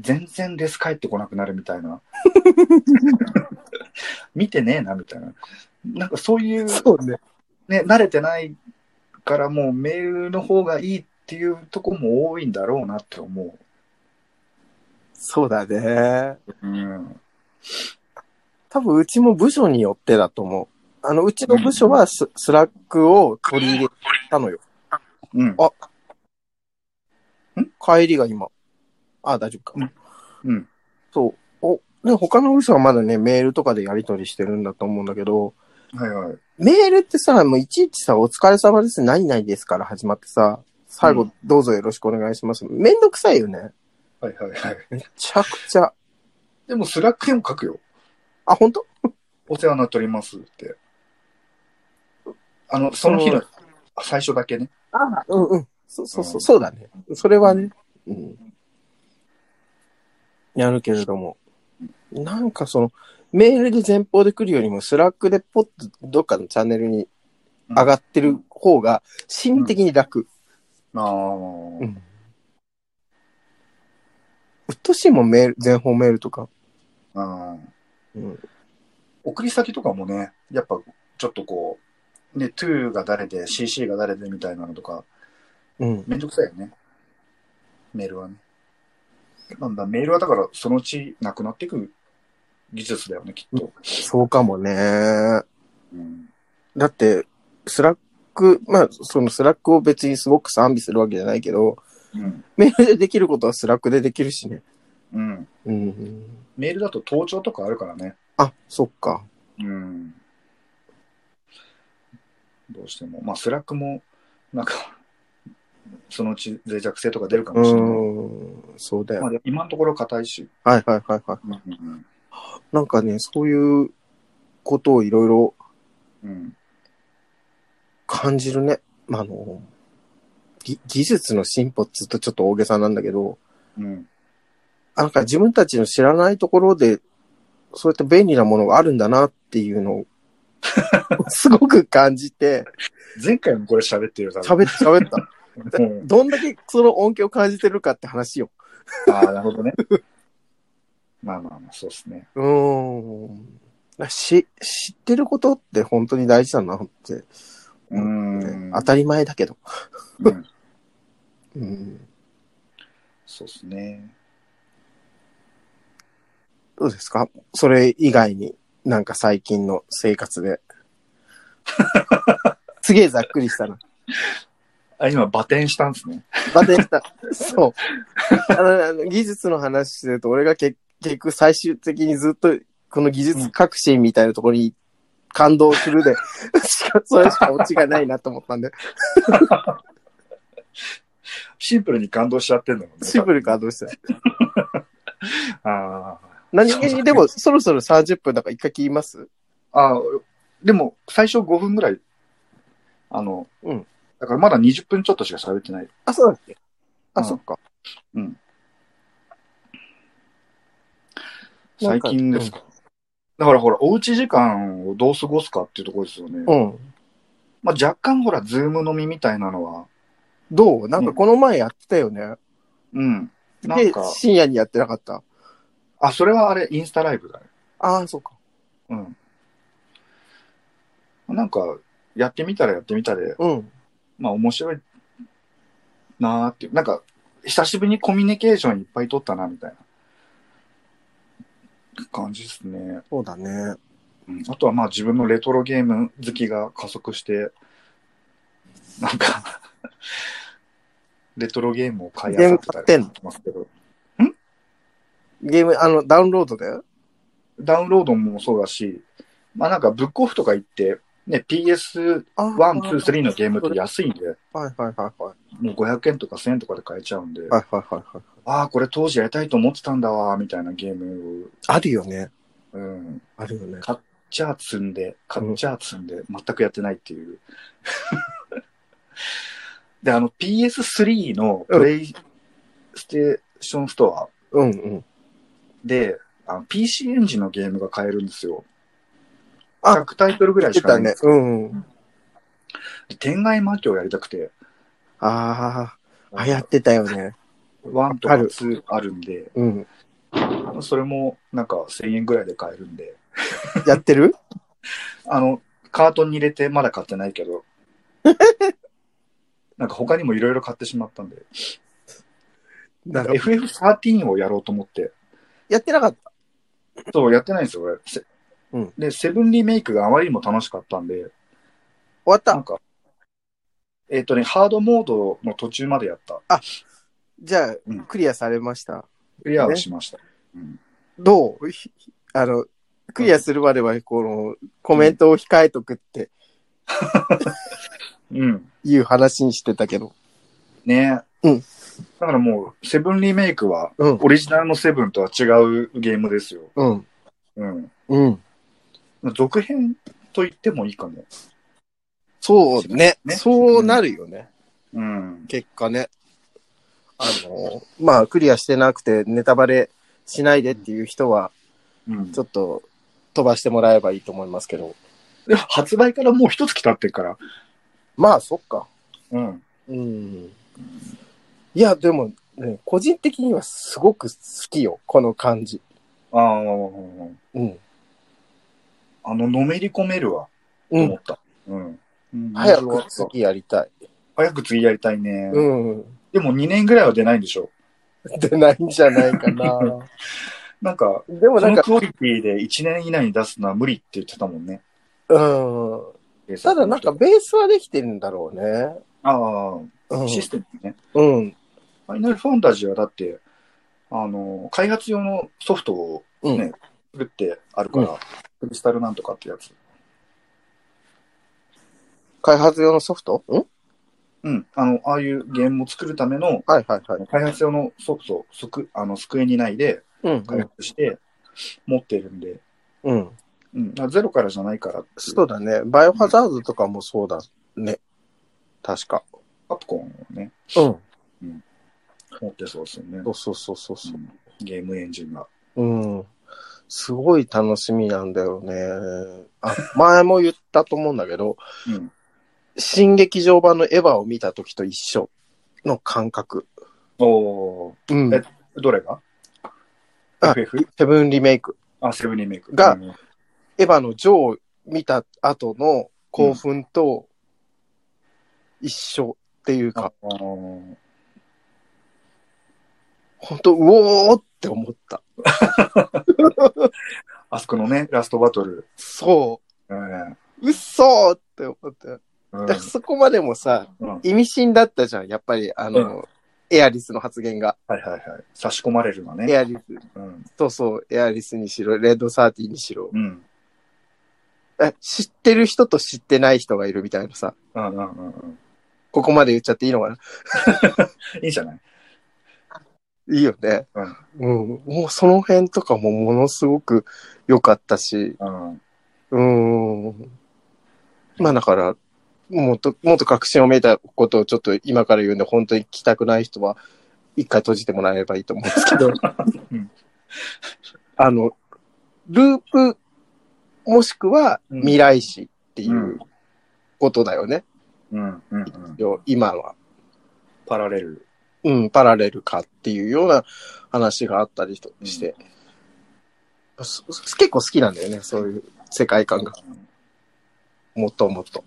Speaker 2: 全然です帰ってこなくなるみ たいな。見てねえな、みたいな。なんかそういう、
Speaker 1: そうね。
Speaker 2: ね、慣れてないからもうメールの方がいいっていうとこも多いんだろうなって思
Speaker 1: そうだね。
Speaker 2: う。うん。
Speaker 1: 多分、うちも部署によってだと思う。あの、うちの部署はススラックを取り入れたのよ。
Speaker 2: うん。
Speaker 1: 帰りが今。あ、大丈夫か。
Speaker 2: うん。
Speaker 1: そう。お、で、他の部署はまだね、メールとかでやり取りしてるんだと思うんだけど、
Speaker 2: はいはい。
Speaker 1: メールってさ、もういちいちさ、お疲れ様です、何々ですから始まってさ、最
Speaker 2: う
Speaker 1: 後、どうぞよろしくお願いします。めんどくさいよね。
Speaker 2: はいはいはい。
Speaker 1: めちゃくちゃ。
Speaker 2: でもスラックでも書くよ。
Speaker 1: あ、本当？
Speaker 2: お世話になっておりますって。あの、その日の最初だけね。
Speaker 1: あうんうん。そうそうそうう、
Speaker 2: ん
Speaker 1: そうだね。それはね、うん。やるけれども。なんかその、メールで前方で来るよりも、スラックでポッとどっかのチャンネルに上がってる方が、心的に楽。
Speaker 2: ああ。
Speaker 1: うん。うっとうしいもん、メール、前方メールとか。
Speaker 2: うん
Speaker 1: うん。
Speaker 2: 送り先とかもね、やっぱちょっとこう、ね、to が誰で、cc が誰でみたいなのとか、
Speaker 1: うん。
Speaker 2: めんどくさいよね。メールはね。なんだ、メールはだからそのうちなくなっていく技術だよね、きっと。
Speaker 1: そうかもね。
Speaker 2: うん。
Speaker 1: だって、スラック、まあ、そのスラックを別にすごく賛美するわけじゃないけど、
Speaker 2: うん。
Speaker 1: メールでできることはスラックでできるしね。
Speaker 2: うん。
Speaker 1: うん。
Speaker 2: メールだと盗聴とかあるからね。
Speaker 1: あ、そっか。
Speaker 2: うん。どうしても。まあ、スラックも、なんか、そのうち脆弱性とか出るか
Speaker 1: う
Speaker 2: もしれない。
Speaker 1: ん。そうだよ。
Speaker 2: まあ、でも今のところ硬いし。
Speaker 1: はいはいはいは
Speaker 2: うん。
Speaker 1: い。なんかね、そういうことをいろいろ
Speaker 2: うん。
Speaker 1: 感じるね。まあ、あの、ぎ技術の進歩っつうとちょっと大げさなんだけど、
Speaker 2: うん。
Speaker 1: あなんか自分たちの知らないところで、そうやって便利なものがあるんだなっていう のを、すごく感じて、
Speaker 2: 前回もこれ喋ってるから。
Speaker 1: 喋った、喋った。
Speaker 2: うん
Speaker 1: どんだけその音響を感じてるかって話よ。
Speaker 2: ああ、なるほどね。まあまあまあ、そうですね。
Speaker 1: うーん。し、知ってることって本当に大事だなって、ね
Speaker 2: うん。
Speaker 1: 当たり前だけど。
Speaker 2: うん
Speaker 1: うん。
Speaker 2: そうですね。
Speaker 1: どうですかそれ以外になんか最近の生活 で。すげえざっくりしたな。
Speaker 2: あ、今、バテンしたんですね。
Speaker 1: バテンした。そう。あの、あの技術の話してると、俺が結結局最終的にずっとこの技術革新みたいなところに感動するで、しかそれしかオチがないなと思ったんで、
Speaker 2: シンプルに感動しちゃってんだもんね。
Speaker 1: シンプル感動した。
Speaker 2: あ
Speaker 1: 何気にでも、そろそろ30分だから一回切ります
Speaker 2: あ。ああ、でも、最初5分ぐらい、あの、
Speaker 1: うん
Speaker 2: だからまだ20分ちょっとしか喋ってない。
Speaker 1: あ、そうだっけあ、
Speaker 2: うん
Speaker 1: そっか。なん
Speaker 2: 最
Speaker 1: か
Speaker 2: 近ですか。だからほら、おうち時間をどう過ごすかっていうところですよね。
Speaker 1: うん。
Speaker 2: まあ若干ほら、ズーム飲みみたいなのは、
Speaker 1: どうなんかこの前やってたよね。
Speaker 2: うん。な
Speaker 1: で
Speaker 2: んか、、
Speaker 1: 深夜にやってなかった。
Speaker 2: あ、それはあれ、インスタライブだね。
Speaker 1: ああ、そうか。
Speaker 2: うん。なんか、やってみたらやってみたで、
Speaker 1: うん。
Speaker 2: まあ面白いなーっていう。なんか、久しぶりにコミュニケーションいっぱい取ったな、みたいな感じですね。
Speaker 1: そうだね。
Speaker 2: うんあとはまあ自分のレトロゲーム好きが加速して、なんか、 レトロゲームを買い漁ってたりしますけど。
Speaker 1: ゲーム、あの、ダウンロードだよ。
Speaker 2: ダウンロードもそうだし、まあなんかブックオフとか行って、ね、PS1、
Speaker 1: あー
Speaker 2: 2、3のゲームって安いんで、
Speaker 1: はいはいはいはい。
Speaker 2: もう500円とか1000円とかで買えちゃうんで、
Speaker 1: はいはいはいはい。
Speaker 2: ああ、これ当時やりたいと思ってたんだわ、みたいなゲーム
Speaker 1: あるよね。
Speaker 2: を、うん、
Speaker 1: あるよね。
Speaker 2: じゃあ積んで、買っちゃあ積んで、全くやってないっていう。 で、あの PS3 のプレイステーションストア
Speaker 1: うんうん。
Speaker 2: で、あの PC エンジンのゲームが買えるんですよ。
Speaker 1: あ
Speaker 2: 100タイトルぐらい
Speaker 1: 出
Speaker 2: しかな
Speaker 1: た
Speaker 2: いんで
Speaker 1: ね
Speaker 2: す。
Speaker 1: うんうん。
Speaker 2: で天外魔境やりたくて、
Speaker 1: ああ、流行ってたよね。
Speaker 2: 1と
Speaker 1: あ
Speaker 2: か
Speaker 1: る
Speaker 2: 2あるんで、
Speaker 1: うん。
Speaker 2: それもなんか1000円ぐらいで買えるんで、
Speaker 1: やってる
Speaker 2: あの、カートに入れてまだ買ってないけど、 なんか他にもいろいろ買ってしまったんで、
Speaker 1: な
Speaker 2: FF13 をやろうと思って、
Speaker 1: やってなかった。
Speaker 2: そう、やってないんですよ、俺。せ
Speaker 1: うん
Speaker 2: で、セブンリメイクがあまりにも楽しかったんで、
Speaker 1: 終わっ
Speaker 2: なん
Speaker 1: た。
Speaker 2: か、えっ、とね、ハードモードの途中までやった。
Speaker 1: じゃあ
Speaker 2: うん、
Speaker 1: クリアされました。
Speaker 2: クリアはしました。うん
Speaker 1: どうひあの、クリアするまでは、この、コメントを控えとくって
Speaker 2: うん。
Speaker 1: いう話にしてたけど。
Speaker 2: ね
Speaker 1: うん
Speaker 2: だからもう、セブンリメイクは、
Speaker 1: うん
Speaker 2: オリジナルのセブンとは違うゲームですよ。
Speaker 1: うん。
Speaker 2: うん。
Speaker 1: うん。
Speaker 2: 続編と言ってもいいかも。
Speaker 1: そうね。
Speaker 2: ね
Speaker 1: そうなるよね。
Speaker 2: うん。
Speaker 1: 結果ね。あの、まあ、クリアしてなくて、ネタバレしないでっていう人は、
Speaker 2: うん
Speaker 1: ちょっと、飛ばしてもらえばいいと思いますけど。
Speaker 2: でも発売からもう一月経ってるから。
Speaker 1: まあ、そっか。
Speaker 2: うん。
Speaker 1: うん。いや、でも、ね、個人的にはすごく好きよ。この感じ。
Speaker 2: ああ、
Speaker 1: うん。
Speaker 2: あの、のめり込めるわ、と
Speaker 1: う
Speaker 2: 思
Speaker 1: ん。
Speaker 2: った。うん。うん
Speaker 1: 早く次やりたい。
Speaker 2: 早く次やりたいね。
Speaker 1: うん。
Speaker 2: でも2年ぐらいは出ないんでしょ。
Speaker 1: 出ないんじゃないかな。
Speaker 2: なんか、
Speaker 1: でも
Speaker 2: こ
Speaker 1: なん
Speaker 2: の
Speaker 1: か、
Speaker 2: クオリティで1年以内に出すのは無理って言ってたもんね。
Speaker 1: うん。ただなんか、ベースはできてるんだろうね。
Speaker 2: ああ、シス
Speaker 1: う
Speaker 2: テムね。
Speaker 1: ん。うん。
Speaker 2: ファイナルファンタジーはだって、あの、開発用のソフトを
Speaker 1: うん。
Speaker 2: ね作ってあるから、クリスタルなんとかってやつ。
Speaker 1: 開発用のソフトん
Speaker 2: うん。あの、ああいうゲームを作るための
Speaker 1: はいはいはい。
Speaker 2: 開発用のソフトをすくあの机にないで
Speaker 1: うん。
Speaker 2: 開発して持ってるんで、
Speaker 1: うん。
Speaker 2: うん、あゼロからじゃないからっていう
Speaker 1: そうだね。バイオハザードとかもそうだね。確か。
Speaker 2: カプコンをね、
Speaker 1: うん。
Speaker 2: 持ってそうですよね
Speaker 1: そ。うそうそうそうそうう。
Speaker 2: んゲームエンジンが。
Speaker 1: うん。すごい楽しみなんだよね。あ、前も言ったと思うんだけど、
Speaker 2: うん。
Speaker 1: 新劇場版のエヴァを見た時と一緒の感覚。
Speaker 2: おー
Speaker 1: うん。
Speaker 2: えどれが
Speaker 1: あ
Speaker 2: ?FF?
Speaker 1: セブンリメイク。
Speaker 2: あ、セブンリメイク。
Speaker 1: が
Speaker 2: うん
Speaker 1: エヴァのジョーを見た後の興奮と一緒っていう
Speaker 2: あ
Speaker 1: か、
Speaker 2: の
Speaker 1: 本当うおーって思った。
Speaker 2: あそこのね、ラストバトル。
Speaker 1: そ
Speaker 2: うん
Speaker 1: う。嘘ーって思った。
Speaker 2: うん
Speaker 1: だからそこまでもさ、
Speaker 2: うん
Speaker 1: 意味深だったじゃん、やっぱり、あの、エアリスの発言が。
Speaker 2: はいはいはい。差し込まれるの
Speaker 1: エ
Speaker 2: ね。
Speaker 1: アリス、
Speaker 2: うん。
Speaker 1: そうそう、エアリスにしろ、レッドサーティにしろ。
Speaker 2: うん。
Speaker 1: え知ってる人と知ってない人がいるみたいなさ、
Speaker 2: うんうんうんうん。
Speaker 1: ここまで言っちゃっていいのかない
Speaker 2: いじゃない
Speaker 1: いいよね。うん。もうその辺とかもものすごく良かったし、
Speaker 2: うん。
Speaker 1: うーん。まあだから、もっと、もっと確信をめいたことをちょっと今から言うんで、本当に聞きたくない人は、一回閉じてもらえればいいと思うんですけど
Speaker 2: うん、
Speaker 1: あの、ループ、もしくは
Speaker 2: うん
Speaker 1: 未来史ってい
Speaker 2: うん
Speaker 1: うことだよね。
Speaker 2: うんうんうん。
Speaker 1: 要今は。
Speaker 2: パラレル。
Speaker 1: うん、パラレルかっていうような話があったりとして、そ結構好きなんだよね、そういう世界観が。
Speaker 2: うん
Speaker 1: もっともっと。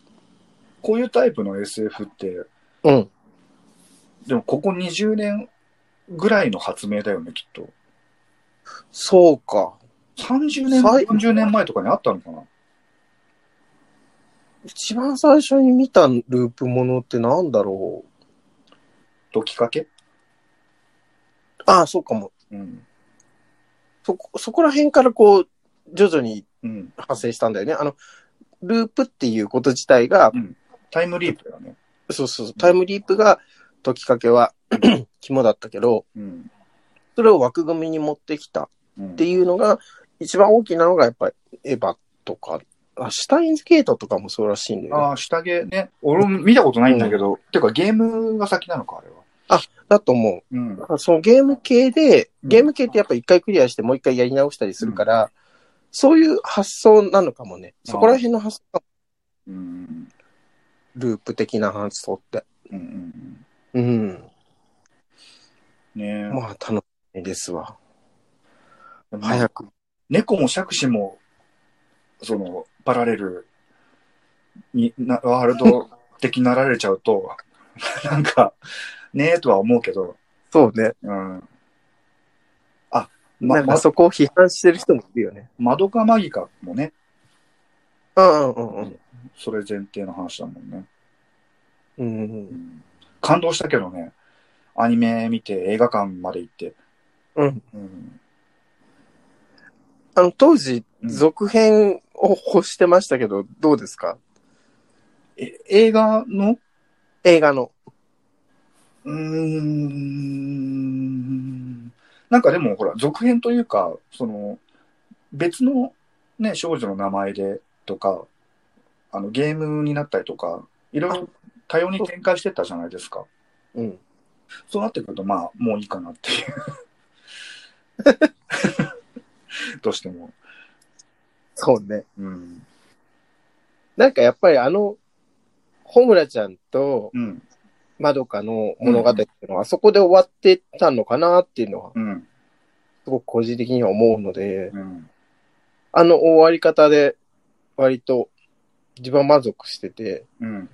Speaker 2: こういうタイプの SF って、
Speaker 1: うん。
Speaker 2: でもここ20年ぐらいの発明だよね、きっと。
Speaker 1: そうか。
Speaker 2: 30年、
Speaker 1: 最
Speaker 2: 40年前とかにあったのかな
Speaker 1: 一番最初に見たループものってなんだろう。
Speaker 2: 時かけ
Speaker 1: ああ、そうかも。
Speaker 2: うん。
Speaker 1: そこ、そこら辺からこう、徐々に
Speaker 2: うん。
Speaker 1: 派生したんだよね。あの、ループっていうこと自体が、
Speaker 2: タイムリープだね。
Speaker 1: そうそうそう、タイムリープが、解きかけは 肝だったけど、
Speaker 2: うん。
Speaker 1: それを枠組みに持ってきた
Speaker 2: うん
Speaker 1: っていうのが、一番大きなのがやっぱりエヴァとか、あシュタインズゲートとかもそうらしいんだよね。
Speaker 2: ああ、下着ね。俺も見たことないんだけど、てかゲームが先なのか、あれは。
Speaker 1: だと思う。
Speaker 2: うん
Speaker 1: だ。からそのゲーム系で、
Speaker 2: うん
Speaker 1: ゲーム系ってやっぱ一回クリアしてもう一回やり直したりするから、そういう発想なのかもね。そこら辺の発想が
Speaker 2: うん。
Speaker 1: ループ的な発想って。
Speaker 2: うんう
Speaker 1: う
Speaker 2: ん。
Speaker 1: ん。
Speaker 2: ねえ。
Speaker 1: まあ楽しみですわ。
Speaker 2: でも
Speaker 1: 早く。
Speaker 2: 猫も杓子も、その、パラレルにな、ワールド的になられちゃうと、 なんか、ねえとは思うけど、
Speaker 1: そうね。
Speaker 2: うん。あ、
Speaker 1: な
Speaker 2: ま、
Speaker 1: んか
Speaker 2: ま、
Speaker 1: そこを批判してる人もいるよね。
Speaker 2: マドカマギカもね、
Speaker 1: うんうんうん
Speaker 2: それ前提の話だもんね。
Speaker 1: うん。う
Speaker 2: うんん感動したけどね、アニメ見て映画館まで行って、
Speaker 1: うん。
Speaker 2: うん。
Speaker 1: あの、当時、
Speaker 2: うん
Speaker 1: 続編を欲してましたけど、どうですか
Speaker 2: え映画の
Speaker 1: 映画の。
Speaker 2: うーんなんかでもほら、続編というか、その、別のね、少女の名前でとか、あの、ゲームになったりとか、いろいろ多様に展開してったじゃないですか。
Speaker 1: うん。
Speaker 2: そうなってくると、まあ、もういいかなっていう。どうしても。
Speaker 1: そうね。
Speaker 2: うん。
Speaker 1: なんかやっぱりあの、ホムラちゃんと
Speaker 2: うん。
Speaker 1: まどかの物語っていうのは、あそこで終わってたのかなっていうのは、
Speaker 2: うん。
Speaker 1: すごく個人的には思うので、
Speaker 2: うん。
Speaker 1: あの終わり方で、割と自分は満足してて、
Speaker 2: うん。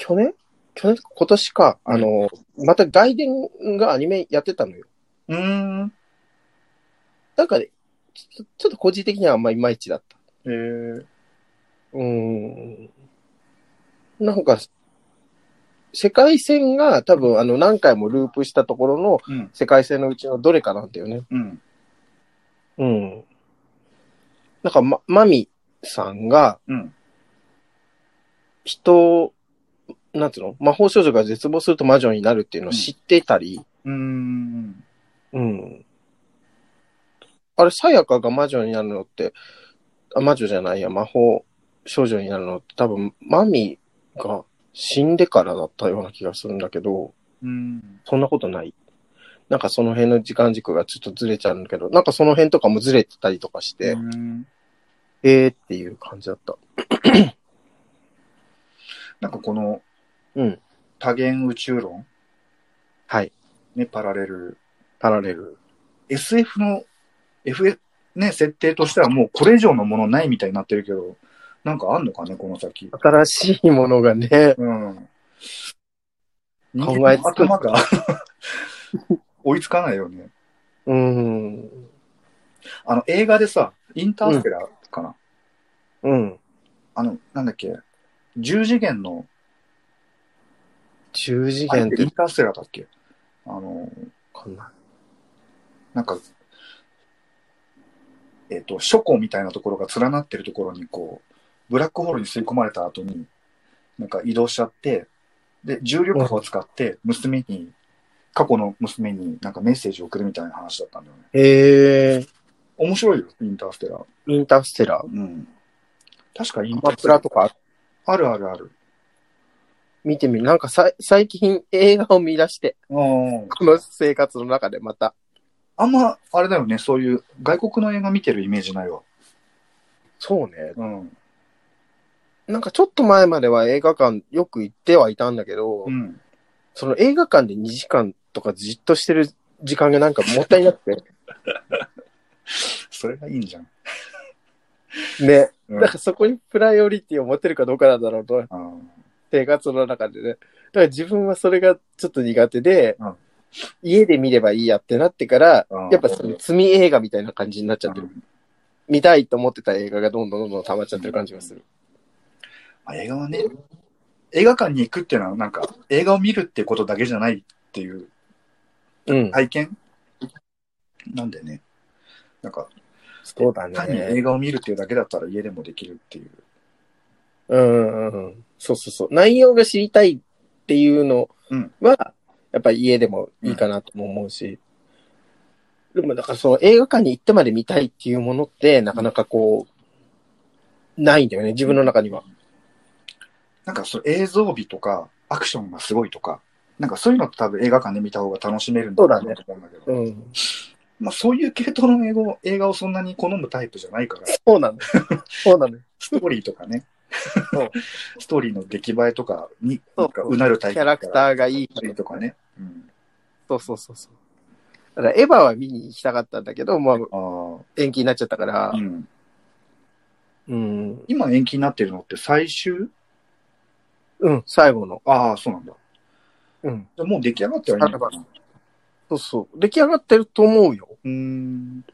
Speaker 1: 去年去年今年か、あの、また外伝がアニメやってたのよ。
Speaker 2: うーん。
Speaker 1: なんかね、ちょちょっと個人的にはあんまいまいちだった。
Speaker 2: えー、
Speaker 1: うーん。なんか、世界線が多分あの何回もループしたところの
Speaker 2: うん。
Speaker 1: 世界線のうちのどれかなんだよね。
Speaker 2: うん。
Speaker 1: うん。なんか、ま、マミさんが
Speaker 2: うん。
Speaker 1: 人を、なんていうの魔法少女が絶望すると魔女になるっていうのを知ってたり、
Speaker 2: うーん。
Speaker 1: うん。あれ、さやかが魔女になるのって、あ魔女じゃないや、魔法少女になるのって多分、マミが死んでからだったような気がするんだけど、
Speaker 2: うん。
Speaker 1: そんなことない。なんかその辺の時間軸がちょっとずれちゃうんだけど、なんかその辺とかもずれてたりとかして、
Speaker 2: うん
Speaker 1: えーっていう感じだった。
Speaker 2: なんかこの、
Speaker 1: うん
Speaker 2: 多元宇宙論、
Speaker 1: はい。
Speaker 2: ね、パラレル、
Speaker 1: パラレル。
Speaker 2: SF の、F、ね、設定としてはもうこれ以上のものないみたいになってるけど、なんかあんのかね、この先。
Speaker 1: 新しいものがね、
Speaker 2: うん。
Speaker 1: 考
Speaker 2: 人間
Speaker 1: えつ
Speaker 2: の
Speaker 1: く
Speaker 2: 頭が追いつかないよね。
Speaker 1: うん、
Speaker 2: あの、映画でさ、インターステラーかな、
Speaker 1: うん、
Speaker 2: あの、なんだっけ、10次元の、
Speaker 1: 中次
Speaker 2: あれっ
Speaker 1: 元ってて
Speaker 2: インターステラーだっけあの、
Speaker 1: こんな。
Speaker 2: なんか、えっ、と、書庫みたいなところが連なってるところに、こう、ブラックホールに吸い込まれた後に、なんか移動しちゃって、で、重力波を使って、娘に、過去の娘になんかメッセージを送るみたいな話だったんだよね。
Speaker 1: へえ
Speaker 2: 面白いよ、インターステラー。
Speaker 1: ー、インターステラー。
Speaker 2: うん。確かイン
Speaker 1: アマ
Speaker 2: タース
Speaker 1: プ
Speaker 2: テラ
Speaker 1: ラ
Speaker 2: ー
Speaker 1: とか
Speaker 2: あるあるある。
Speaker 1: 見てみる。なんかさい最近映画を見出して、
Speaker 2: あ
Speaker 1: この生活の中でまた。
Speaker 2: あんま、あれだよね、そういう外国の映画見てるイメージないわ。
Speaker 1: そうね。
Speaker 2: うん。
Speaker 1: なんかちょっと前までは映画館よく行ってはいたんだけど、
Speaker 2: うん。
Speaker 1: その映画館で2時間とかじっとしてる時間がなんかもったいなく
Speaker 2: それがいいんじゃん。
Speaker 1: て。ね。
Speaker 2: うん。
Speaker 1: なんかそこにプライオリティを持てるかどうかなんだろうと
Speaker 2: うん
Speaker 1: 生活の中でね。だから自分はそれがちょっと苦手で、
Speaker 2: うん
Speaker 1: 家で見ればいいやってなってから、
Speaker 2: うん
Speaker 1: やっぱその罪映画みたいな感じになっちゃってる。見たいと思ってた映画がどんどんどんどん溜まっちゃってる感じがする。
Speaker 2: まあ、映画はね、映画館に行くっていうのは、なんか、映画を見るってことだけじゃないっていう
Speaker 1: うん。
Speaker 2: 体験なんだよね。なんか、
Speaker 1: そうだ
Speaker 2: 単に
Speaker 1: ね。
Speaker 2: 映画を見るっていうだけだったら家でもできるっていう。
Speaker 1: うんうんうん。そうそうそう。内容が知りたいっていうの
Speaker 2: うん
Speaker 1: は、やっぱり家でもいいかなとも思うし。でも、だからその映画館に行ってまで見たいっていうものって、なかなかこう、ないんだよね、自分の中には。
Speaker 2: なんかその映像美とか、アクションがすごいとか、なんかそういうのって多分映画館で見た方が楽しめるんだろうなと思うんだけど、
Speaker 1: うん。
Speaker 2: まあそういう系統の映画を映画をそんなに好むタイプじゃないから、
Speaker 1: そうなんだ。 そうなんだ。
Speaker 2: ストーリーとかね
Speaker 1: そう、
Speaker 2: ストーリーの出来栄えとかに、
Speaker 1: そう
Speaker 2: なんかうなるタ
Speaker 1: キ
Speaker 2: イ
Speaker 1: ャ
Speaker 2: プだから
Speaker 1: ラクターがいい。
Speaker 2: とかね。うん、
Speaker 1: そうそうそうそう。だからエヴァは見に行きたかったんだけど、まあ
Speaker 2: あ
Speaker 1: 延期になっちゃったから
Speaker 2: あ、う、ん。
Speaker 1: うん、
Speaker 2: 今延期になってるのって最終
Speaker 1: うん、最後の。
Speaker 2: ああ、そうなんだ。
Speaker 1: うん。
Speaker 2: じゃあもう出来上がってはいないのかな。
Speaker 1: そうそう。出来上がってると思うよ。
Speaker 2: うーん。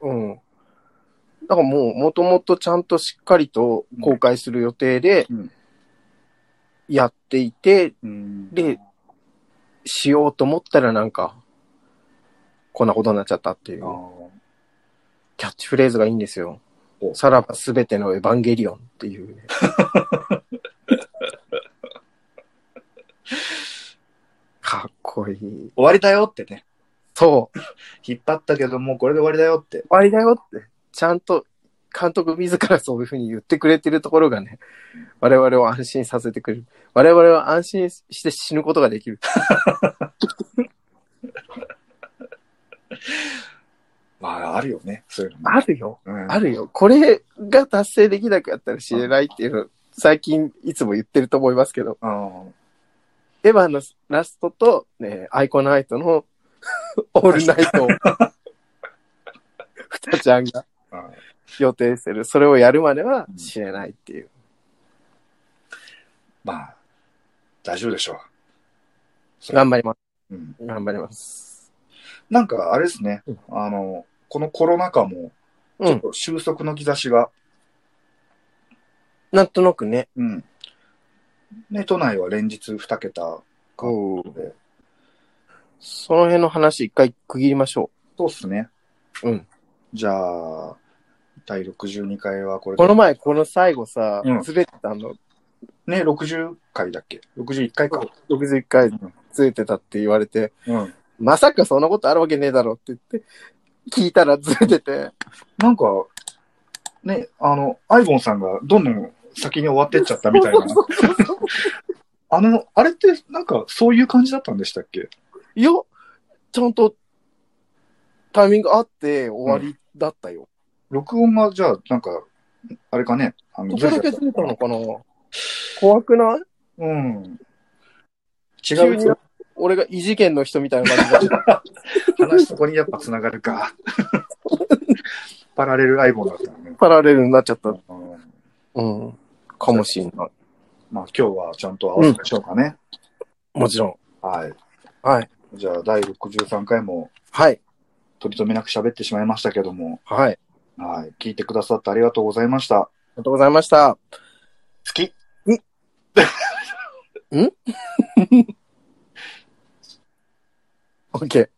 Speaker 1: うん。だからもう、もともとちゃんとしっかりと公開する予定で
Speaker 2: うん、
Speaker 1: やっていて、
Speaker 2: うん
Speaker 1: で、しようと思ったらなんか、こんなことになっちゃったってい
Speaker 2: あ
Speaker 1: う、
Speaker 2: あ
Speaker 1: キャッチフレーズがいいんですよ
Speaker 2: お。
Speaker 1: さらばすべてのエヴァンゲリオンっていうね。かっこいい。
Speaker 2: 終わりだよってね。
Speaker 1: そう。
Speaker 2: 引っ張ったけど、もうこれで終わりだよって。
Speaker 1: 終わりだよって、ちゃんと監督自らそういうふうに言ってくれてるところがね、我々を安心させてくれる。我々は安心して死ぬことができる。
Speaker 2: まあ、あるよね。そういうのも
Speaker 1: あるよ。
Speaker 2: うん
Speaker 1: あるよ。これが達成できなかったら死ねないっていうの、最近いつも言ってると思いますけど、
Speaker 2: あー
Speaker 1: エヴァのラストと、ね、アイコナイト のオールナイ トを、ふたちゃんが
Speaker 2: あー。
Speaker 1: 予定してる。それをやるまでは死ねないっていう。
Speaker 2: まあ、大丈夫でしょうん
Speaker 1: 頑張ります。
Speaker 2: う。うん、
Speaker 1: 頑張ります。
Speaker 2: なんか、あれですね
Speaker 1: うん。
Speaker 2: あの、このコロナ禍も、
Speaker 1: う
Speaker 2: ちょっ
Speaker 1: ん。
Speaker 2: と収束の兆しが、
Speaker 1: なんとなくね、
Speaker 2: うん。ね、都内は連日2桁。
Speaker 1: うんその辺の話一回区切りましょ
Speaker 2: そうっすね。
Speaker 1: うん。
Speaker 2: じゃあ、第62回はこれ
Speaker 1: う。
Speaker 2: で
Speaker 1: この前、この最後さ
Speaker 2: うん、
Speaker 1: ずれてたの、
Speaker 2: ね、60回だっけ ?61 回か。
Speaker 1: 61回ずれてたって言われて、
Speaker 2: うん。
Speaker 1: まさかそんなことあるわけねえだろって言って、聞いたらずれてて、
Speaker 2: なんか、ね、あの、アイボンさんがどんどん先に終わってっちゃったみ たいな。あの、あれってなんかそういう感じだったんでしたっけ
Speaker 1: いや、ちゃんとタイミングあって終わりだったよ。
Speaker 2: 録音がじゃあ、なんか、あれかね、あの、
Speaker 1: そこだけずれたのかな怖くない
Speaker 2: うん。違
Speaker 1: 急に
Speaker 2: う
Speaker 1: 俺が異次元の人みたいな感じだった。
Speaker 2: 話そこにやっぱ繋がるか。パラレルアイボンだったのね。
Speaker 1: パラレルになっちゃった。
Speaker 2: うん
Speaker 1: うん。かもしんない。
Speaker 2: まあ今日はちゃんと合わせましょうかね。
Speaker 1: もちろん。
Speaker 2: はい。
Speaker 1: はい。
Speaker 2: じゃあ第63回も
Speaker 1: はい。
Speaker 2: 取り留めなく喋ってしまいましたけども、
Speaker 1: はい。
Speaker 2: はい。聞いてくださってありがとうございました。
Speaker 1: ありがとうございました。
Speaker 2: 好き。
Speaker 1: OK。